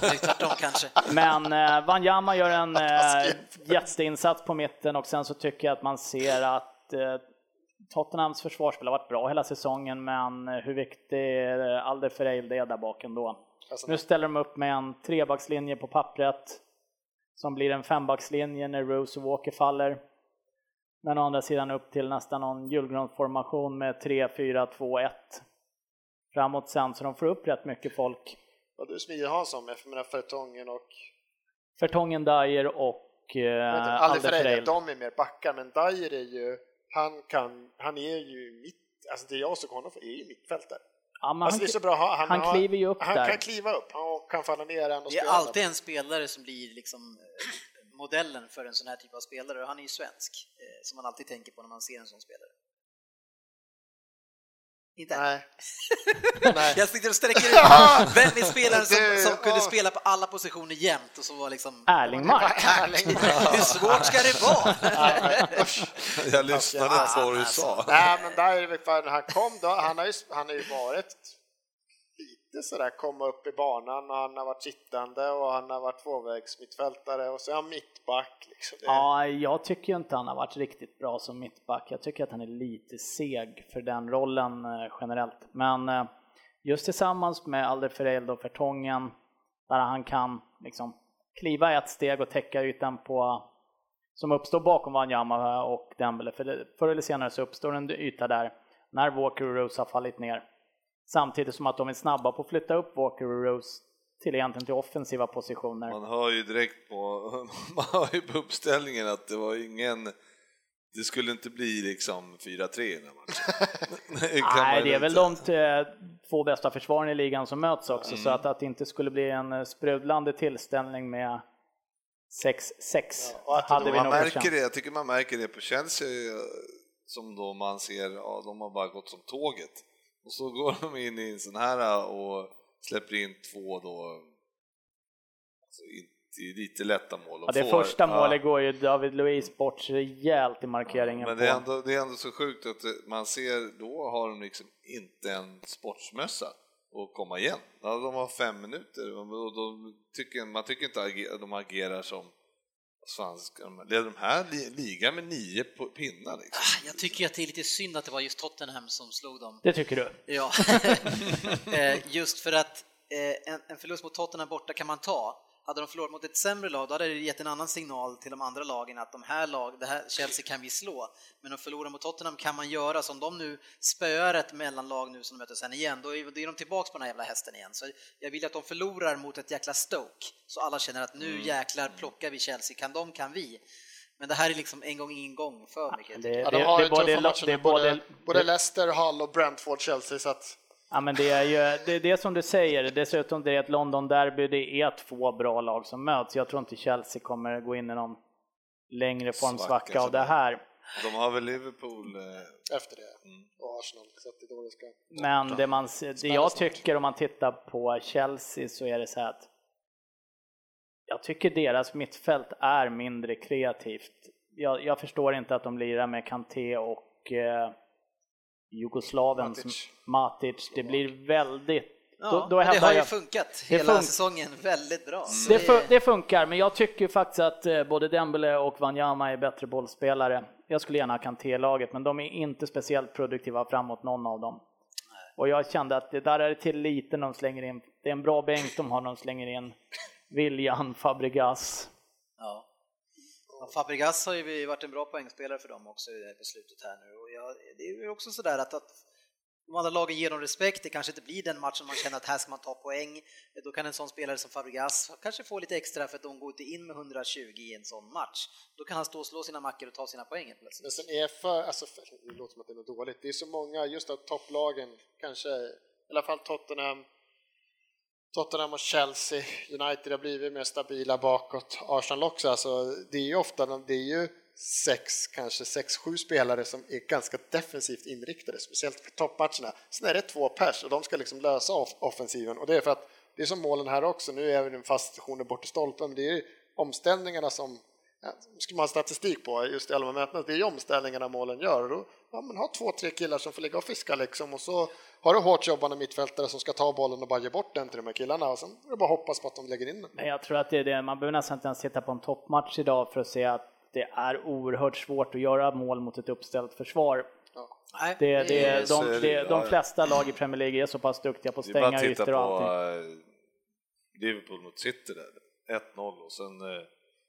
S2: det är tvärtom kanske.
S4: Men eh, Wanyama gör en eh,
S3: Taskigt.
S4: jätteinsats på mitten och sen så tycker jag att man ser att eh, Tottenhams försvarsspel har varit bra hela säsongen men eh, hur viktig eh, Alder Ferreira är där bak ändå.
S3: Alltså,
S4: Nu ställer de upp med en trebackslinje på pappret som blir en fembackslinje när Rose och Walker faller. Men å andra sidan upp till nästan någon julgransformation med 3-4-2-1 framåt sen så de får upp rätt mycket folk.
S3: Vad du smider Hansson med, för mina Fertongen och
S4: Fertongen, Dyer och
S3: Jag vet inte,
S4: eh,
S3: Alde
S4: Alder
S3: Ferreira,
S4: Freil.
S3: de är mer backar, men Dyer är ju, han kan, han är ju mitt, alltså det jag såg honom för är ju mittfältare.
S4: Ja, men
S3: Alltså det är så bra, han, han,
S4: han
S3: har-
S4: kliver ju upp
S3: han
S4: där.
S3: kan kliva upp, han kan falla ner ändå
S2: Det är
S3: spela.
S2: alltid en spelare som blir liksom eh, modellen för en sån här typ av spelare och han är ju svensk, eh, som man alltid tänker på när man ser en sån spelare. Inte?
S3: Nej,
S2: Jag sitter och sträcker ut. Vem är spelaren
S3: Det-
S2: som, som kunde
S3: ja.
S2: spela på alla positioner jämt och så var liksom...
S4: Erling Mark.
S3: ärligt.
S2: Hur svårt ska det vara?
S5: Jag lyssnade
S2: Alltså,
S5: på vad du
S2: alltså.
S5: sa.
S3: Nej, men Dyer, vet du vad, när han kom då, han har ju, han har ju varit lite sådär komma upp i banan och han har varit sittande och han har varit tvåvägsmittfältare och så är han mittback liksom. Det-
S4: Ja, Eh, jag tycker ju inte han har varit riktigt bra som mittback. Jag tycker att han är lite seg för den rollen eh, generellt. Men eh, just tillsammans med Alder Ferreira och Fertongen där han kan liksom kliva ett steg och täcka ytan på som uppstår bakom Wanyama och Dembele. För det- förr eller senare så uppstår en yta där när Walker och Rose har fallit ner. Samtidigt som att de är snabba på att flytta upp Walker och Rose till egentligen till offensiva positioner.
S5: Man hör ju direkt på, man hör ju på uppställningen att det var ingen, det skulle inte bli liksom 4-3 i den här matchen. kan man
S4: Nej,
S5: ju
S4: det är väl
S5: inte-
S4: de t- två bästa försvaren i ligan som möts också, så
S5: Mm.
S4: att, att det inte skulle bli en eh, sprudlande tillställning med 6-6
S3: Ja, och att det
S4: hade
S3: då-
S4: vi
S5: Man
S4: nog
S5: märker
S4: känt.
S5: det, jag tycker man märker det på Chelsea eh, som då man ser, ja de har bara gått som tåget. Och så går de in i en sån här eh, och släpper in två då, alltså, in- det är lite lätta mål de
S4: Ja, det
S5: får.
S4: första
S5: Ja.
S4: målet går ju David Luiz bort rejält i markeringen.
S5: Men det är,
S4: på.
S5: ändå, det är ändå så sjukt att eh, man ser, då har de liksom inte en sportsmössa att komma igen. Ja, de har fem minuter och och de tycker, man tycker inte ager, de agerar som vad fan ska de- leder de här li- ligan med nio på- pinnar liksom.
S2: Jag tycker att det är lite synd att det var just Tottenham som slog dem.
S4: Det tycker du?
S2: Ja, Eh, just för att eh, en, en förlust mot Tottenham borta kan man ta. Hade de förlorat mot ett sämre lag, då hade det gett en annan signal till de andra lagen att de här lag, det här Chelsea kan vi slå. Men att förlora mot Tottenham kan man göra, så om de nu spöar ett mellanlag nu som de möter sen igen, då är då är de tillbaks på den här jävla hästen igen. Så jag vill att de förlorar mot ett jäkla Stoke, så alla känner att
S4: Mm.
S2: nu jäklar plockar vi Chelsea, kan de kan vi. Men det här är liksom en gång ingen gång för mycket.
S4: Det,
S3: Ja,
S4: det-
S3: de har
S4: det
S3: ju
S4: är både-
S3: tuffa matcher
S4: det är
S3: nu, både,
S4: både-
S3: både Leicester, Hull och Brentford, Chelsea, så att
S4: Ja men det är ju, det är det som du säger, dessutom det är ett London-derby, det är två bra lag som möts. Jag tror inte Chelsea kommer gå in i någon längre formsvacka
S5: Svacka,
S4: av det här.
S5: De har väl Liverpool... eh,
S3: efter det. Och Arsenal. Så att det är då det ska...
S4: Men det, man, det jag tycker om man tittar på Chelsea så är det så här att jag tycker deras mittfält är mindre kreativt. Jag, jag förstår inte att de lirar med Kanté och eh, Jugoslaven Matic. Som, Matic. Det blir väldigt...
S2: Ja,
S4: då, då
S2: men det
S4: hävdar
S2: har ju
S4: jag-
S2: funkat
S4: Det
S2: hela
S4: fun- Mm.
S2: säsongen väldigt bra. Så
S4: det, fun- det funkar, men jag tycker faktiskt att eh, både Dembele och Wanyama är bättre bollspelare. Jag skulle gärna ha Kanté-laget, men de är inte speciellt produktiva framåt, någon av dem. Och jag kände att det där är till lite när de slänger in, det är en bra bänk de har när de slänger in William Fabregas.
S2: Ja. Och Fabregas har ju varit en bra poängspelare för dem också i det här beslutet här nu och jag, det är ju också sådär att, att de andra lagen ger dem respekt, det kanske inte blir den matchen man känner att här ska man ta poäng, då kan en sån spelare som Fabregas kanske få lite extra för att de går inte in med 120 i en sån match. Då kan han stå och slå sina mackor och ta sina poäng helt plötsligt.
S3: Men sen är för, alltså för, det låter som att det är något dåligt, det är så många, just att topplagen kanske, i alla fall Tottenham, Tottenham och Chelsea, United har blivit mer stabila bakåt, Arsenal också, alltså det är ju ofta, de- det är ju sex, kanske sex, sju spelare som är ganska defensivt inriktade, speciellt för toppmatcherna. Sen är det två pers och de ska liksom lösa off- offensiven och det är för att det är som målen här också, nu är vi i en fast situation och bort i stolpen, men det är ju omställningarna som Ja, skulle man ha statistik på just i allmänna mötena, det är ju omställningarna målen gör. Och då, ja, men ha två, tre killar som får ligga och fiska liksom och så har du hårt jobbande mittfältare som ska ta bollen och bara ge bort den till de här killarna och sen är det bara att hoppas på att de lägger in den.
S4: Men jag tror att det är det, man behöver nästan inte ens titta på en toppmatch idag för att se att det är oerhört svårt att göra mål mot ett uppställt försvar.
S2: Nej,
S4: Det,
S2: det är-
S4: det,
S5: så
S4: de,
S5: är det,
S4: det,
S5: ja,
S4: de
S5: ja.
S4: flesta lag i Premier League är så pass duktiga på att
S5: Det är bara
S4: stänga
S5: att titta
S4: ytor och allting.
S5: på eh, Liverpool mot City där. 1-0 och sen, eh,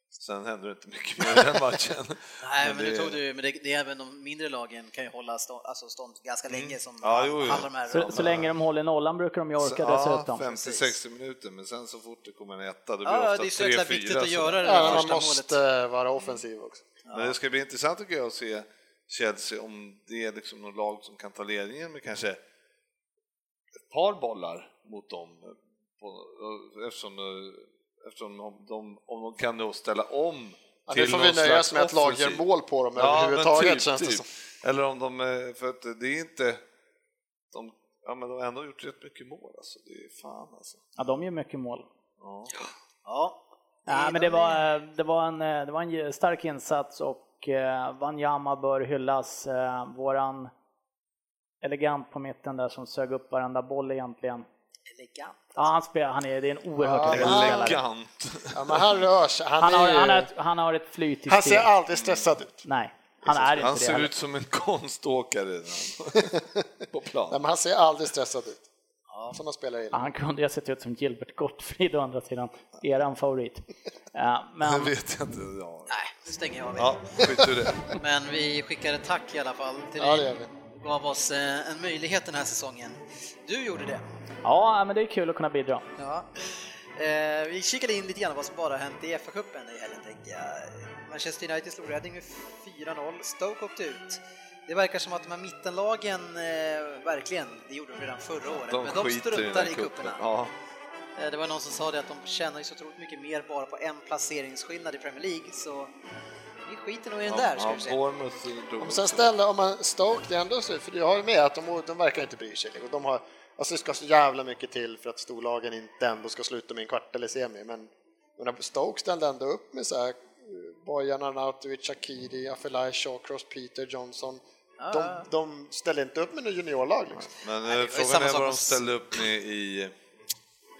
S5: sen hände det inte mycket mer i den matchen.
S2: Nej, men,
S5: det-
S2: det tog du, men det, det är även de mindre lagen kan ju hålla stå, alltså stånd ganska länge som
S5: Mm. Ja, jo, jo.
S2: alla de här.
S4: Så, så länge de håller nollan brukar de ju
S5: Så-
S4: orka dessutom.
S5: Ja,
S2: Precis.
S5: 50-60 minuter, men sen så fort det kommer en etta, då blir
S2: ja, det
S5: det
S2: är så
S5: ofta
S2: jäkla
S5: 3-4.
S2: viktigt att
S5: så-
S2: göra det
S3: Ja,
S2: där
S3: man
S2: första
S3: måste eh,
S2: målet.
S3: vara offensiv också.
S5: Men det ska bli intressant tycker jag att se Chelsea, om det är liksom något lag som kan ta ledningen med kanske ett par bollar mot dem. eh, På, eh, eftersom eh, eftersom om, de, om de kan då ställa om
S3: Ja, nu får vi
S5: någon
S3: nöja oss
S5: slags
S3: med att lag gör
S5: offensiv.
S3: mål på dem
S5: men typ,
S3: överhuvudtaget känns det som.
S5: Eller om de, eh, för att det är inte, de, ja men de har ändå gjort rätt mycket mål alltså, det är fan alltså.
S4: Ja, de gör mycket mål.
S5: Ja.
S2: Ja.
S4: Ja, men det var, eh, det, var en, eh, det var en ge- stark insats och eh, Wanyama bör hyllas. Eh, Våran elegant på mitten där som sög upp varenda boll egentligen.
S2: Elegant.
S4: Ja, han spelar, han är, det är en oerhört
S3: Ja,
S4: elegant spelare.
S5: Elegant!
S3: Ja, men han rör sig, han,
S4: Han har,
S3: är ju,
S4: han, har ett, han har ett flyt i
S3: han
S4: spelet.
S3: ser aldrig stressad ut.
S4: Nej, han är inte
S5: Han
S4: det
S5: ser
S4: heller.
S5: ut som en konståkare redan. på
S3: Nej,
S5: plan.
S3: men han ser aldrig stressad ut. Sådana spelare
S4: Ja,
S3: gillar
S4: Han kunde ju ha sett ut som Gilbert Gottfried å andra sidan. Eran favorit. Ja,
S5: Det
S4: men
S5: vet jag inte. Ja,
S2: Nej, nu stänger jag av
S5: ja skit i det.
S2: Men vi skickar ett tack i alla fall till
S3: Ja, det gör
S2: dig.
S3: vi.
S2: gav oss eh, en möjlighet den här säsongen. Du gjorde det.
S4: ja, men det är kul att kunna bidra.
S2: Ja. Eh, vi kikade in lite grann vad som bara hänt i FA-cupen i helgen tänker jag. Manchester United slog Reading med 4-0, Stoke åkte ut. Det verkar som att de här mittenlagen, eh, verkligen, det gjorde de redan förra året,
S5: De
S2: men de
S5: skiter i den här
S2: struntar i
S5: cupen.
S2: cuperna.
S5: Ja.
S2: Eh, Det var någon som sa det att de tjänar ju så otroligt mycket mer bara på en placeringsskillnad i Premier League så vi skiter nog i den där ska
S5: Ja,
S2: vi se.
S5: Bournemouth drog.
S3: Men sen ställer, om man Stoke, det är ändå så, för jag har ju med att de, de verkar inte bry sig. Och de har, alltså det ska så jävla mycket till för att storlagen inte ändå ska sluta med en kvart eller semi, men jag menar, Stoke ställde ändå upp med så här eh, Bojan Arnautovic, Shakiri, Afelai, Shaw, Cross, Peter, Johnson.
S4: Ah.
S3: De, de ställde inte upp med något juniorlag liksom.
S5: Men
S2: det var
S5: eh,
S2: ju
S5: frågan
S2: samma
S5: är
S2: sak
S5: vad de
S2: med-
S5: ställde upp med i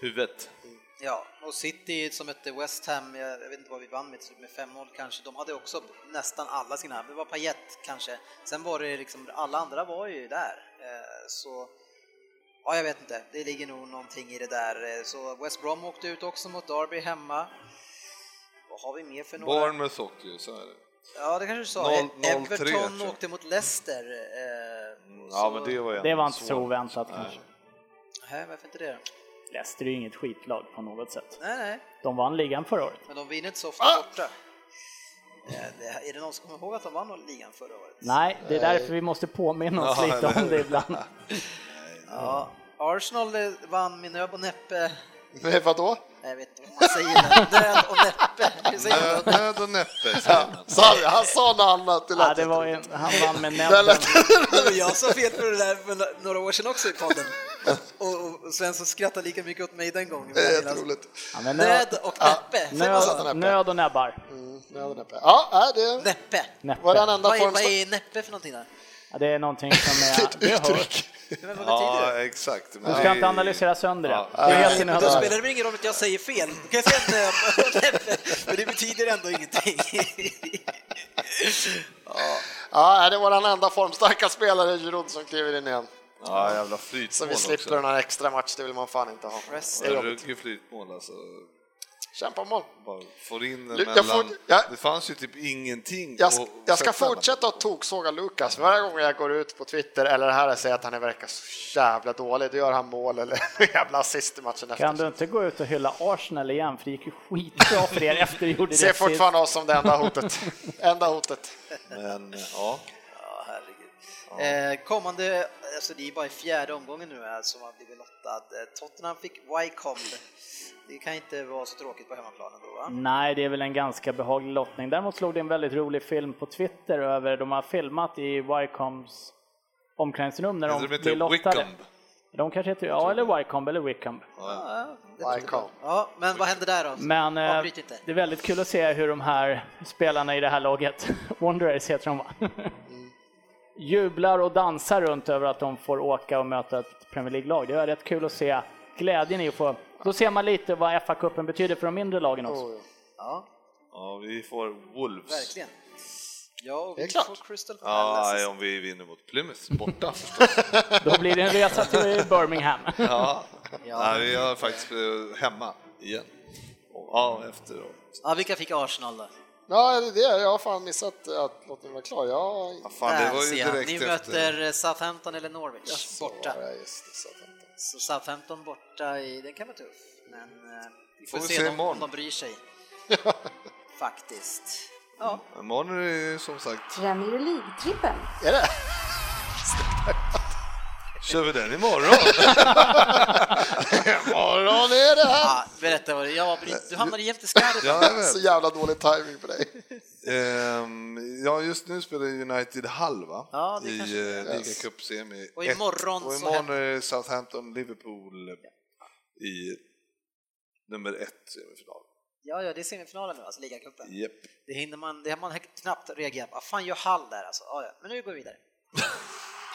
S5: huvudet.
S2: Ja, och City som mötte West Ham, jag jag vet inte vad vi vann med, typ med 5-0 kanske, de hade också nästan alla sina, det var Payet kanske, sen var det liksom, alla andra var ju där. Eh, Så, ja jag vet inte, det ligger nog någonting i det där. Eh, Så West Brom åkte ut också mot Derby hemma. Vad har vi mer för några?
S5: Bournemouth åkte ju, så är det.
S2: Ja, det kanske du sa.
S5: Noll- noll tre,
S2: Everton
S5: tror jag.
S2: åkte mot Leicester. Eh,
S5: Ja, men det var ju
S4: Det
S5: ändå
S4: var inte så
S5: svårt.
S4: oväntat
S5: Nej.
S4: kanske.
S2: Nej, varför inte det?
S4: Leicester är ju inget skitlag på något sätt.
S2: Nej, nej,
S4: De vann ligan förra året.
S2: men de vinner inte så ofta
S5: Ah!
S2: borta. Eh, det, är det någon som kommer ihåg att de vann ligan förra året?
S4: Nej, det är därför vi måste påminna oss
S5: Ja,
S4: lite
S5: eller
S4: om det ibland.
S2: Ja, Arsenal eh, vann med nöd och näppe
S3: Men vadå?
S2: Nej, Jag vet inte vad man säger. Död och näppe. Hur säger man?
S5: Död, död och näppe, säger
S3: Ja,
S5: man.
S3: sorry, han sa något annat. Det lät
S4: Ja, det var ju, han vann med
S3: Det
S4: näbben.
S3: lät-
S2: Det var Jag sa fel på det där för några år sedan också i podden. Och, och Svensson skrattade lika mycket åt mig den gången.
S3: Det är jätteroligt.
S4: Ja, men nöd,
S2: Död och näppe. Säg vad sa han?
S4: nöd, nöd och näbbar.
S3: Ja, det- Ja, det
S2: Näppe.
S3: var den
S4: Näppe.
S3: enda
S2: Vad är,
S3: form
S2: vad är näppe för någonting då?
S4: Ja, det är någonting som är... Det har hört.
S2: Men vad betyder
S5: Ja,
S2: det?
S5: exakt. Men
S4: Du
S5: det
S4: ska
S5: är-
S4: inte analysera sönder det.
S5: Ja.
S4: Det är helt
S2: Men
S4: inödigt.
S2: Då spelar det väl ingen roll att jag säger fel? Då kan jag säga nöp och näppe, men det betyder ändå ingenting.
S3: Ja, det var den enda formstarka spelare i Giroud som kliver in igen.
S5: Ja, jävla flytmål
S3: Så vi slipper den här extra match, det vill man fan inte ha.
S2: Rest.
S3: Det är jobbigt.
S5: Ruggig flytmål alltså.
S3: Kämpa mål.
S5: Bara får in den
S3: Jag får-
S5: mellan...
S3: jag-
S5: Det fanns ju typ ingenting
S3: Jag, sk-
S5: att
S3: jag ska
S5: sätta den.
S3: fortsätta att toksåga Lukas. Varje gång jag går ut på Twitter eller här och säger att han verkar så jävla dålig, då gör han mål eller jävla assist i matchen
S4: Kan
S3: efter.
S4: du inte gå ut och hylla Arsenal igen? För det gick ju skitbra för er efter ni gjorde
S3: Ser
S4: det sist.
S3: fortfarande oss som det enda hotet. enda hotet.
S5: Men eh, ja,
S2: Ja, herregud. Eh, kommande, alltså det är bara i fjärde omgången nu här som har blivit lottad. Eh, Tottenham fick Wycombe. Det kan inte vara så tråkigt på hemmaplan ändå va?
S4: Nej, det är väl en ganska behaglig lottning. Däremot slog det en väldigt rolig film på Twitter över, de har filmat i Wycombes omklädningsrum när
S5: heter
S4: de
S5: de inte
S4: blir lottade.
S5: Wickham?
S4: De kanske heter, ja eller Wycombe eller Wickham.
S2: Ja, det-
S3: Wycombe.
S2: Ja, men vad händer där då?
S4: Men eh,
S2: Avbryt inte.
S4: det är väldigt kul att se hur de här spelarna i det här laget, Wanderers heter de va? Jublar och dansar runt över att de får åka och möta ett Premier League-lag. Det är rätt kul att se glädjen i att få... Då ser man lite vad FA-cupen betyder för de mindre lagen också.
S3: Oh,
S2: Ja,
S5: Ja, vi får Wolves.
S2: verkligen. Ja, och
S3: Det är
S2: vi
S3: klart.
S2: får Crystal Palace.
S5: Ja, om vi vinner mot Plymouth borta förstås.
S4: Då blir det en resa till Birmingham.
S5: Ja. Nej, vi har faktiskt eh, hemma igen. Och, Ja, efteråt.
S2: Ja, vilka fick Arsenal då?
S3: Ja, det är det. Jag har fan missat att lottningen var klar. Jag...
S5: Ja, fan,
S2: Där
S5: det var
S2: ser
S5: ju
S2: jag.
S5: direkt
S2: Ni
S5: efter.
S2: möter eh, Southampton eller Norwich borta.
S3: Ja, just det, så att jag inte-
S2: Så Southampton borta, i, den kan vara tuff. Men eh, vi får,
S5: Får vi
S2: se,
S5: se
S2: om,
S5: imorgon.
S2: om de bryr sig. Faktiskt. Ja,
S5: Imorgon är det ju som sagt,
S1: Premier League-trippen.
S3: Är det?
S5: kör vi den imorgon?
S3: Imorgon är det här!
S2: ah, berätta vad det jag bryr, Du hamnade jämte skarpt.
S5: Ja, jag vet.
S3: Så jävla dålig timing på dig.
S5: Ehm, ja, just nu spelar United Hall va?
S2: Ja, det
S5: I
S2: kanske det
S5: eh, ligacup-semi.
S2: Och
S5: Ett.
S2: imorgon
S5: Och
S2: så
S5: imorgon
S2: händer-
S5: är det Southampton-Liverpool i nummer ett semifinal.
S2: Ja, ja, det är semifinalen nu, alltså ligacupen.
S5: Japp.
S2: Det hinner man, det har man knappt reagerat på. Ah, fan, gör Hall där alltså. Ah, ja. Men nu går vi vidare.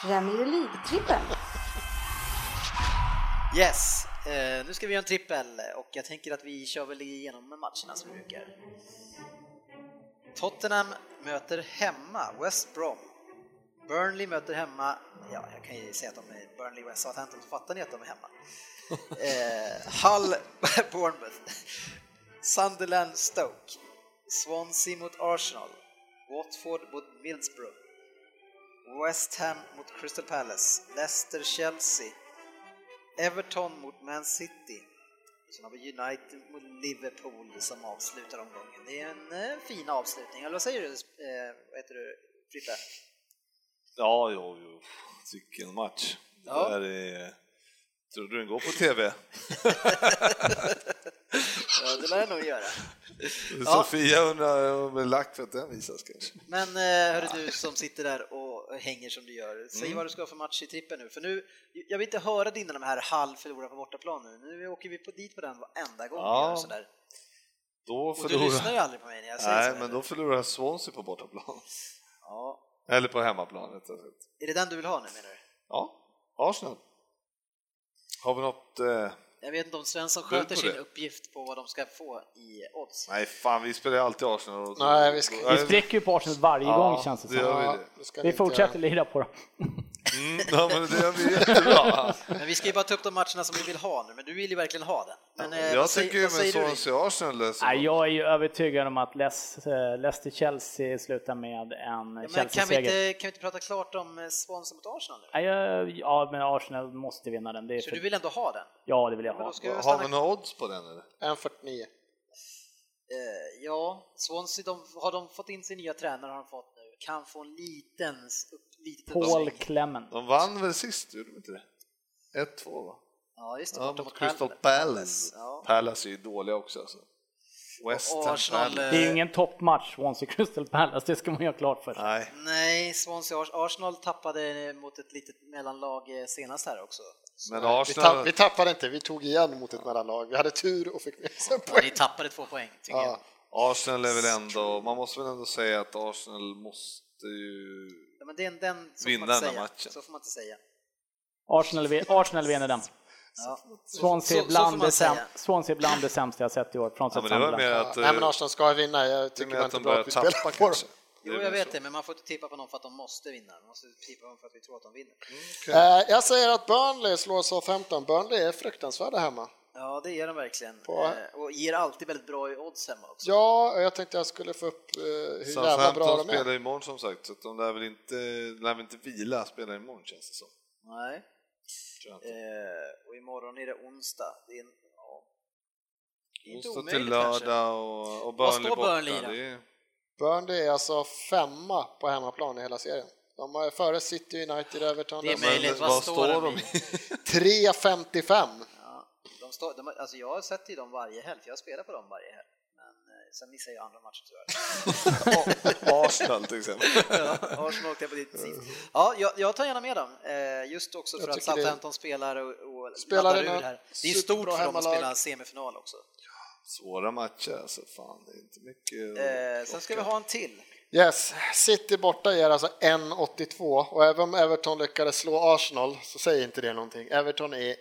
S1: Premier League-trippen.
S2: Yes, eh, nu ska vi göra en trippel och jag tänker att vi kör väl igenom matcherna som brukar. Tottenham möter hemma West Brom. Burnley möter hemma, ja jag kan ju säga att de är Burnley West Southampton, så fattar ni att de är hemma. Eh, Hull Bournemouth. Sunderland Stoke. Swansea mot Arsenal. Watford mot Middlesbrough. West Ham mot Crystal Palace. Leicester Chelsea. Everton mot Man City. Sen har vi United mot Liverpool som avslutar omgången. Det är en eh, fin avslutning. Eller vad säger du, eh, vad heter du Frippe?
S5: Ja, jo, jo. Vilken match.
S2: Ja.
S5: Det här är... Tror du den går på TV?
S2: Ja, det lär jag nog göra. Ja.
S5: Sofia undrar om det är lagt för att den visas kanske.
S2: Men eh, hörru du som sitter där och hänger som du gör, säg
S5: Mm.
S2: vad du ska ha för match i trippen nu. För nu, jag vill inte höra dina de här halv förlorar på bortaplan nu. Nu åker vi på dit på den varenda gång
S5: Ja,
S2: vi gör sådär.
S5: Då
S2: Och du lyssnar ju
S5: förlorar...
S2: aldrig på mig när jag säger
S5: Nej,
S2: så.
S5: men då förlorar Swansea på bortaplan.
S2: Ja.
S5: Eller på hemmaplan rättare sagt.
S2: Är det den du vill ha nu menar du?
S5: Ja, Arsenal. Har vi något... Eh...
S2: Jag vet inte om Svensson
S5: Beror
S2: sköter
S5: på
S2: sin
S5: det.
S2: uppgift på vad de ska få i odds.
S5: Nej, fan, vi spelar ju alltid Arsenal. Och...
S3: Nej, vi ska-
S4: Vi spricker ju på Arsenal varje
S5: Ja,
S4: gång känns det
S5: det
S4: som.
S5: gör vi.
S3: nu ska ni
S4: Vi
S3: inte
S4: fortsätter
S3: göra-
S4: lira på dem.
S5: Mm, ja, men det gör vi jättebra.
S2: Men vi ska ju bara ta upp de matcherna som vi vill ha nu, men du vill ju verkligen ha den. Men, eh,
S5: Jag
S2: vad säger-
S5: tycker ju
S2: vad
S5: med
S2: säger du, Ring?
S5: Swansea och Arsenal löser
S4: Nej,
S5: man.
S4: jag är ju övertygad om att Leic- eh, Leicester-Chelsea slutar med en
S2: Ja, men kan, vi
S4: Chelsea-seger.
S2: inte, kan vi inte prata klart om eh, Swansea mot Arsenal nu?
S4: Nej, jag- Ja, men Arsenal måste vinna den. Det är
S2: Så du
S4: för...
S2: vill ändå ha den?
S4: Ja, det vill jag
S2: Men
S4: ha.
S2: då ska vi
S5: Har
S2: stanna...
S5: vi några odds på den eller?
S3: 1.49.
S2: Eh, Ja, Swansea, de, har de fått in sin nya tränare har de fått nu. Kan få en liten... s- Upp, liten
S4: Paul
S2: uppsving.
S4: Clement.
S5: De vann väl sist, gjorde de inte det? 1-2 va?
S2: Ja, just det.
S5: Ja,
S2: borta
S5: mot Crystal Palace.
S2: Ja.
S5: Palace är ju dåliga också. Alltså. West
S2: Och
S5: Ham
S2: Arsenal,
S5: Palace.
S4: Det är ju ingen toppmatch, Swansea Crystal Palace, det ska man ju ha klart för sig.
S5: Nej,
S2: Nej, Swansea Ars- Arsenal tappade mot ett litet mellanlag eh, senast här också.
S5: men
S3: Vi, tapp,
S5: Arsenal...
S3: vi tappade inte, vi tog igen mot ett mellanlag. Vi hade tur och fick med oss en
S2: Ja,
S3: poäng.
S2: ni tappade två poäng, tycker jag.
S3: Ja.
S5: Arsenal är väl ändå... Man måste väl ändå säga att Arsenal måste ju...
S2: Ja, men det är en- den, så
S5: Vinna
S2: får man inte
S5: den här
S2: säga.
S5: matchen.
S2: Så får man inte säga.
S4: Arsenal, vi- Arsenal vinner den.
S2: Ja. Så-
S4: Swansea är
S2: så får
S4: bland,
S2: man
S4: det säm-
S2: säga.
S4: Swansea är bland det sämsta jag sett i år, frånsett
S5: Ja, men det var
S4: Sunderland.
S5: mer
S3: Ja,
S5: att...
S3: nej men
S5: eh,
S3: Arsenal ska vinna, jag
S5: Det är
S3: tycker
S5: mer
S3: det var
S5: att
S3: inte
S5: de
S3: bra
S5: börjar
S3: att vi spelar
S5: tappa
S3: på dem.
S5: kanske.
S2: Jo,
S5: är
S2: jag
S5: väl
S2: vet
S5: så.
S2: det, men man får inte tippa på dem för att de måste vinna. Man måste tippa på dem för att vi tror att de vinner.
S3: Eh, Jag säger att Burnley slår Southampton, Burnley är fruktansvärda hemma.
S2: Ja, det gör de verkligen.
S3: På-
S2: Eh, Och ger alltid väldigt bra odds hemma också.
S3: Ja, och jag tänkte jag skulle få upp eh, hur jävla bra
S5: Southampton
S3: de är.
S5: spelar imorgon som sagt, så att de lär väl inte, lär väl inte vila spela imorgon känns det som.
S2: Nej.
S5: Tror jag inte.
S2: Eh, och imorgon är det onsdag. Det är, en, ja. Det är inte
S5: Onsdag till
S2: omöjligt kanske.
S5: lördag och, och
S2: Vad
S5: Burnley
S2: står
S5: borta.
S2: Burnley i då?
S5: det är,
S3: Burnley är alltså femma på hemmaplan i hela serien. De är före City, United, Everton,
S2: Det är
S3: Leicester.
S2: möjligt. Vad
S5: vad
S2: står
S5: står
S2: de
S5: de i?
S3: 3.55.
S2: Ja. De står, de, alltså jag har sett ju dem varje helg, för jag spelar på dem varje helg. Men eh, sen missar jag andra matcher tyvärr.
S5: Arsenal till exempel.
S2: Arsenal åkte jag på dit precis. Ja, jag, jag tar gärna med dem. Eh, just också för
S3: Mm. Jag
S2: att
S3: tycker det-
S2: Southampton spelar och, och
S3: Spelar
S2: laddar
S3: den
S2: ur
S3: här
S2: här. Det är stort
S3: superbra
S2: för dem att
S3: hemmalag.
S2: spela semifinal också.
S5: Svåra matcher alltså, fan det är inte mycket
S2: Eh,
S3: Mm.
S5: att
S2: sen ska vi
S5: plocka.
S2: ha en till.
S3: Yes, City borta ger alltså 1.82 och även om Everton lyckades slå Arsenal så säger inte det någonting. Everton är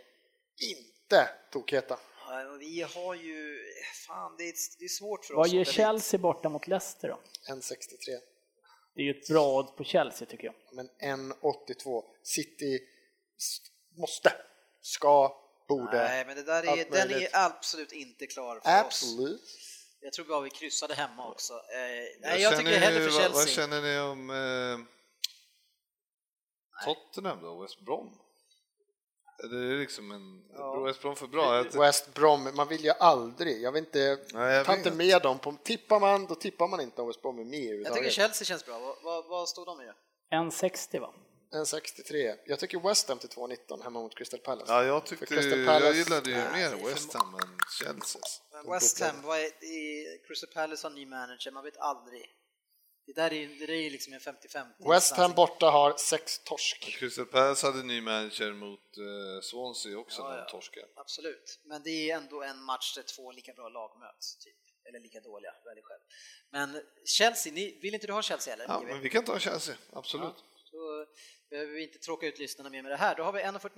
S3: inte tokheta.
S2: Eh, och Vi har ju, eh, fan det är, det är svårt för oss.
S4: Vad
S2: att
S4: ger
S2: välja.
S4: Chelsea borta mot Leicester då?
S3: 1.63.
S4: Det är ju ett bra odds på Chelsea tycker jag.
S3: Men 1.82. City s- måste, ska, borde.
S2: Nej, men det där är,
S3: Allt
S2: den är
S3: möjligt.
S2: absolut inte klar för oss.
S3: Absolut.
S2: Jag tror bara vi kryssade hemma också. Eh, nej, jag,
S5: känner
S2: tycker det är hellre för
S5: ni- vad, vad
S2: Chelsea.
S5: känner ni om eh, Tottenham då, West Brom? Är Det är liksom en...
S2: Ja.
S5: West Brom för bra? Jag,
S3: West Brom, man vill ju aldrig, jag vill inte,
S5: Nej, jag
S3: ta
S5: vet.
S3: inte med dem på, tippar man då tippar man inte om West Brom är med
S2: jag tycker
S3: överhuvudtaget.
S2: Chelsea känns bra. Vad, vad, vad stod de i?
S4: 1,60 va?
S3: En 63. Jag tycker West Ham till 2.19 hemma mot Crystal Palace.
S5: ja, jag,
S3: För
S5: tyckte,
S3: Crystal
S5: jag
S3: Palace-
S5: gillade ju
S2: Nej, det är
S5: mer
S2: för
S5: West Ham än Chelsea. alltså.
S2: Men West Ham, vad är, i Crystal Palace har ny manager, man vet aldrig. Det där är ju det där är ju liksom en 50-50.
S3: West Ham borta har sex torsk.
S5: Crystal Palace hade ny manager mot eh, Swansea också
S2: Ja,
S5: när
S2: ja.
S5: de torskade.
S2: Absolut, men det är ändå en match där två lika bra lag möts, typ. Eller lika dåliga, välj själv. Men Chelsea, ni, vill inte du ha Chelsea heller?
S5: Ja,
S2: Ni vet.
S5: men vi kan ta Chelsea, absolut.
S2: Då behöver vi inte tråka ut lyssnarna mer med det här. Då har vi 1,49,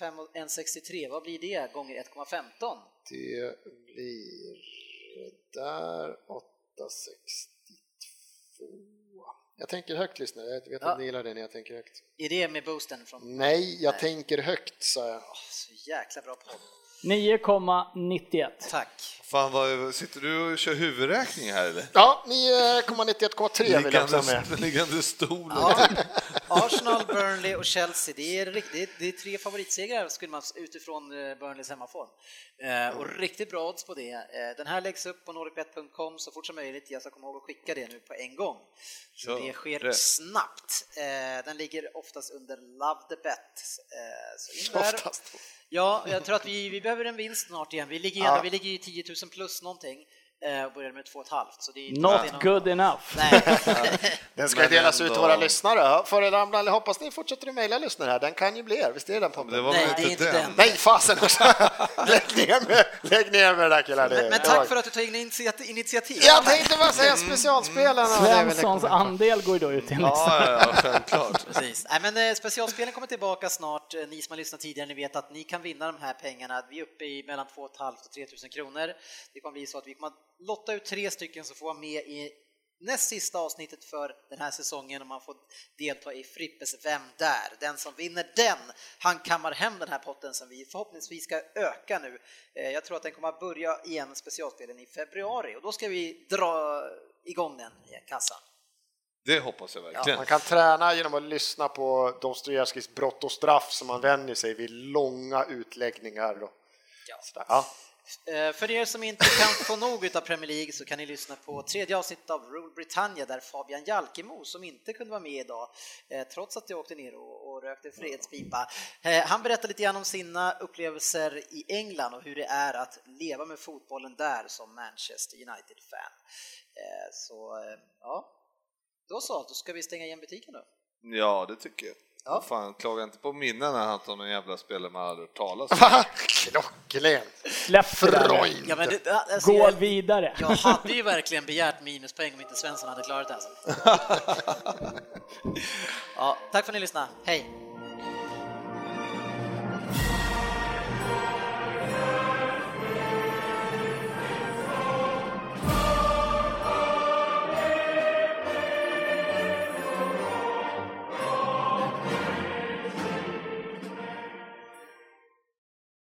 S2: 3,45 och 1,63. Vad blir det gånger 1,15?
S3: Det blir där 8.62. Jag tänker högt lyssnare, jag vet
S2: Ja.
S3: att ni gillar det när jag tänker högt.
S2: Är det med boosten från...
S3: Mm. Nej, jag tänker högt sa jag.
S2: Åh, så jäkla bra podd.
S4: 9,91.
S2: Tack.
S5: Fan, vad, sitter du och kör huvudräkning här eller?
S3: Ja, eh, 9,91,3 vill jag också ha med.
S5: Liggande, liggande stol.
S2: Ja, Arsenal, Burnley och Chelsea, det är, riktigt, det är tre favoritsegrar skulle man utifrån eh, Burnleys hemmaform. Eh, och riktigt bra odds på det. Eh, den här läggs upp på nordicbet.com så fort som möjligt. Jag ska komma ihåg att skicka det nu på en gång. Så
S5: Ja,
S2: det sker
S5: det.
S2: snabbt. Eh, den ligger oftast under Love the Bet. Eh, så in där.
S3: Oftast.
S2: Ja, jag tror att vi, vi behöver en vinst snart igen. Vi ligger, gärna, vi ligger i 10 000 plus någonting eh, och börjar med 2,5. Så det är inte- det är någon-
S4: Not good enough.
S2: Nej.
S3: Den ska
S5: Men
S3: delas ut till
S5: ändå.
S3: våra lyssnare. Ja, Före Ramlan, jag hoppas ni fortsätter att mejla lyssnare här. Den kan ju bli er, visst är den
S5: Det
S3: podden?
S5: var
S2: Nej,
S5: väl
S2: det är
S5: inte
S2: inte
S5: den.
S2: den.
S3: Nej, fasen också! lägg, ner med, lägg ner med det där killar.
S2: Men, men tack för att du tog in initiati- initiativ.
S3: Jag tänkte bara säga specialspelarna.
S4: Svenssons
S3: Det är väl- liksom-
S4: andel går ju då ut till
S5: Ja, ja, ja, självklart.
S2: Precis. Nej, men eh, specialspelen kommer tillbaka snart. Eh, Ni som har lyssnat tidigare, ni vet att ni kan vinna de här pengarna. Vi är uppe i mellan 2 500 och 3 000 kronor. Det kommer bli så att vi kommer att lotta ut tre stycken som får vara med i näst sista avsnittet för den här säsongen och man får delta i Frippes Vem där? Den som vinner den, han kammar hem den här potten som vi förhoppningsvis ska öka nu. Eh, Jag tror att den kommer att börja igen, specialspelen, i februari och då ska vi dra igång den i kassan.
S5: Det hoppas jag verkligen.
S3: Man kan träna genom att lyssna på Dostojevskijs Brott och straff som man vänjer sig vid långa utläggningar. Och
S2: Ja.
S3: sådär. ja.
S2: Eh, För er som inte kan få nog utav Premier League så kan ni lyssna på tredje avsnittet av Rule Britannia där Fabian Jalkemo, som inte kunde vara med idag, eh, trots att jag åkte ner och, och rökte fredspipa, eh, han berättar lite grann om sina upplevelser i England och hur det är att leva med fotbollen där som Manchester United-fan. Eh, Så eh, ja, då så, då ska vi stänga igen butiken då.
S5: Ja, det tycker jag.
S2: Ja.
S5: Fan, klaga inte på minnen när han tar någon jävla spelare man aldrig hört talas om.
S3: Klockrent!
S4: Släpp det där.
S3: Freud!
S2: Ja, men det, alltså,
S4: Gå
S2: jag,
S4: vidare.
S2: jag hade ju verkligen begärt minuspoäng om inte Svensson hade klarat det här. Ja, tack för att ni lyssnade. Hej!